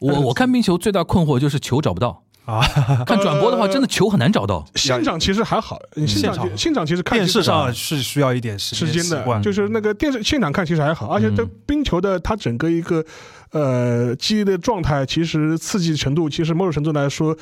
我我看冰球最大困惑就是球找不到，
啊，
看转播的话，
呃
真的球很难找到。
现场其实还好，现
现
场
场
现场其实看
电
起来
视上是需要一点时
时
间
间
习
的，
惯嗯
就是那个电视现场看其实还好，而且这
嗯
冰球的它整个一个呃激烈的状态，其实刺激程度，其实某种程度来说，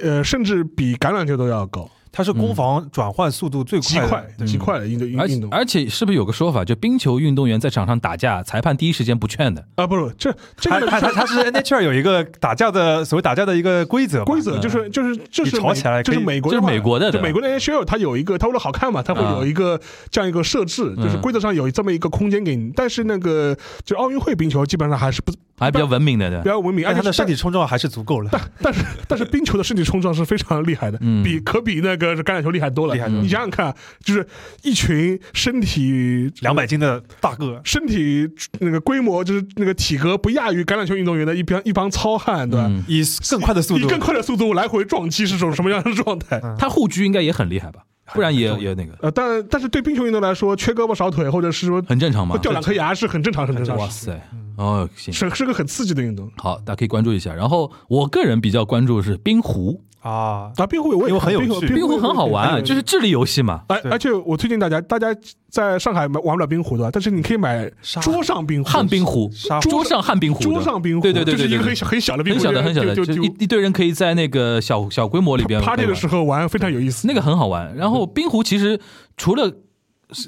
呃，甚至比橄榄球都要高。
它
嗯
是攻防转换速度最
极
快的，
快
对
极快的运动运
而
运动
而且是不是有个说法，就冰球运动员在场上打架，裁判第一时间不劝的？
啊，不是这这
它
个
它它它是 NHL 有一个打架的所谓打架的一个规则嘛，
规则就是就是就是
你吵
美
起来
就
可以
是美国
这是
嘛
美国的
就
对吧
美国的 NHL 它有一个，它为了好看嘛，它会
啊
有一个这样一个设置，就是
嗯
规则上有这么一个空间给你。但是那个就奥运会冰球基本上还是不
还比较文明的，对
比
吧，
较文明，
但
而且
他的
是
身体冲撞还是足够了，
但是但是冰球的身体冲撞是非常厉害的，
嗯
比可比那个橄榄球厉害多了。
厉害多了
你想想看，就是一群身体
两百斤的大个，
身体那个规模，就是那个体格不亚于橄榄球运动员的一帮一帮糙汉，对吧？
嗯
以更快的速
以
度，
更快的速度来回撞击是种什么样的状态？
他护具应该也很厉害吧？不然也也那个
呃，但但是对冰球运动来说，缺胳膊少腿，或者是说
很正常嘛
会。掉两颗牙是很正常、很正常
哇
的事，
塞，哦行，
是是个很刺激的运动。
好，大家可以关注一下。然后我个人比较关注的是冰壶，
啊，
啊，冰壶我也
因为很有趣
冰壶很好玩，就是智力游戏嘛。
而
对
而且我推荐大家，大家在上海买玩不了冰壶的，但是你可以买
沙
桌上冰壶、
旱冰壶
沙，
桌上旱冰壶的，
桌上冰壶，
对对对
就
对
是
对
一个
对
很小很小的冰壶，
很小的很小的，
就
就
就
一一堆人可以在那个小小规模里边
party
玩
的时候玩，非常有意思。
那个很好玩。
嗯
然后冰壶其实除了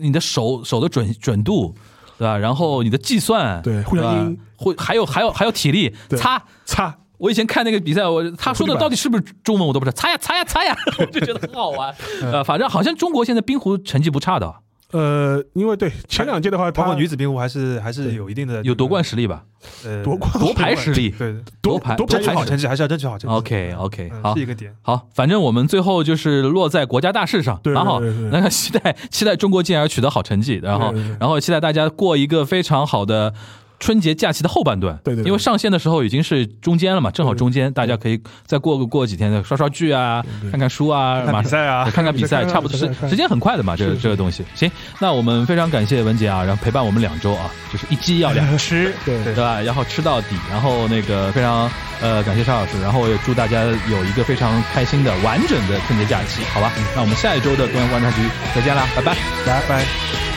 你的手手的准准度，对吧？然后你的计算，
对互相
吧
阴
会还有还有还有体力
对
擦。
擦，
我以前看那个比赛，我他说的
地板
到底是不是中文我都不知道，擦呀擦呀
[laughs]
擦呀，我就觉得很好玩。
嗯
呃，反正好像中国现在冰壶成绩不差的，
呃，因为对前两届的话，
包括
它
女子冰壶还是还是有一定的
有夺冠实力吧？
呃
[laughs] 夺冠
夺牌实力，
对，
夺牌
夺
夺
争取
牌
好
实
成
力。
绩还是要争取好成绩
OK OK，
嗯
好
是一个点。
好，反正我们最后就是落在国家大事上，
对
蛮好
对对。对
那个 [laughs] 期待期待中国健儿取得好成绩，然后
对对对
然后期待大家过一个非常好的。春节假期的后半段，
对对对
因为上线的时候已经是中间了嘛，正好中间，大家可以再过个过几天，刷刷剧啊，看看书啊，
看
马
比
上
赛
[laughs]
啊
对看看比赛，
看看
差不多是
看看
时间很快的嘛，这
是
个
是
这个东西。行，那我们非常感谢文杰啊，然后陪伴我们两周啊，就是一鸡要两个
吃
对
对吧？然后吃到底，然后那个非常呃感谢沙老师，然后也祝大家有一个非常开心的完整的春节假期，好吧？那我们下一周的中央观察局再见啦，拜拜。
拜拜。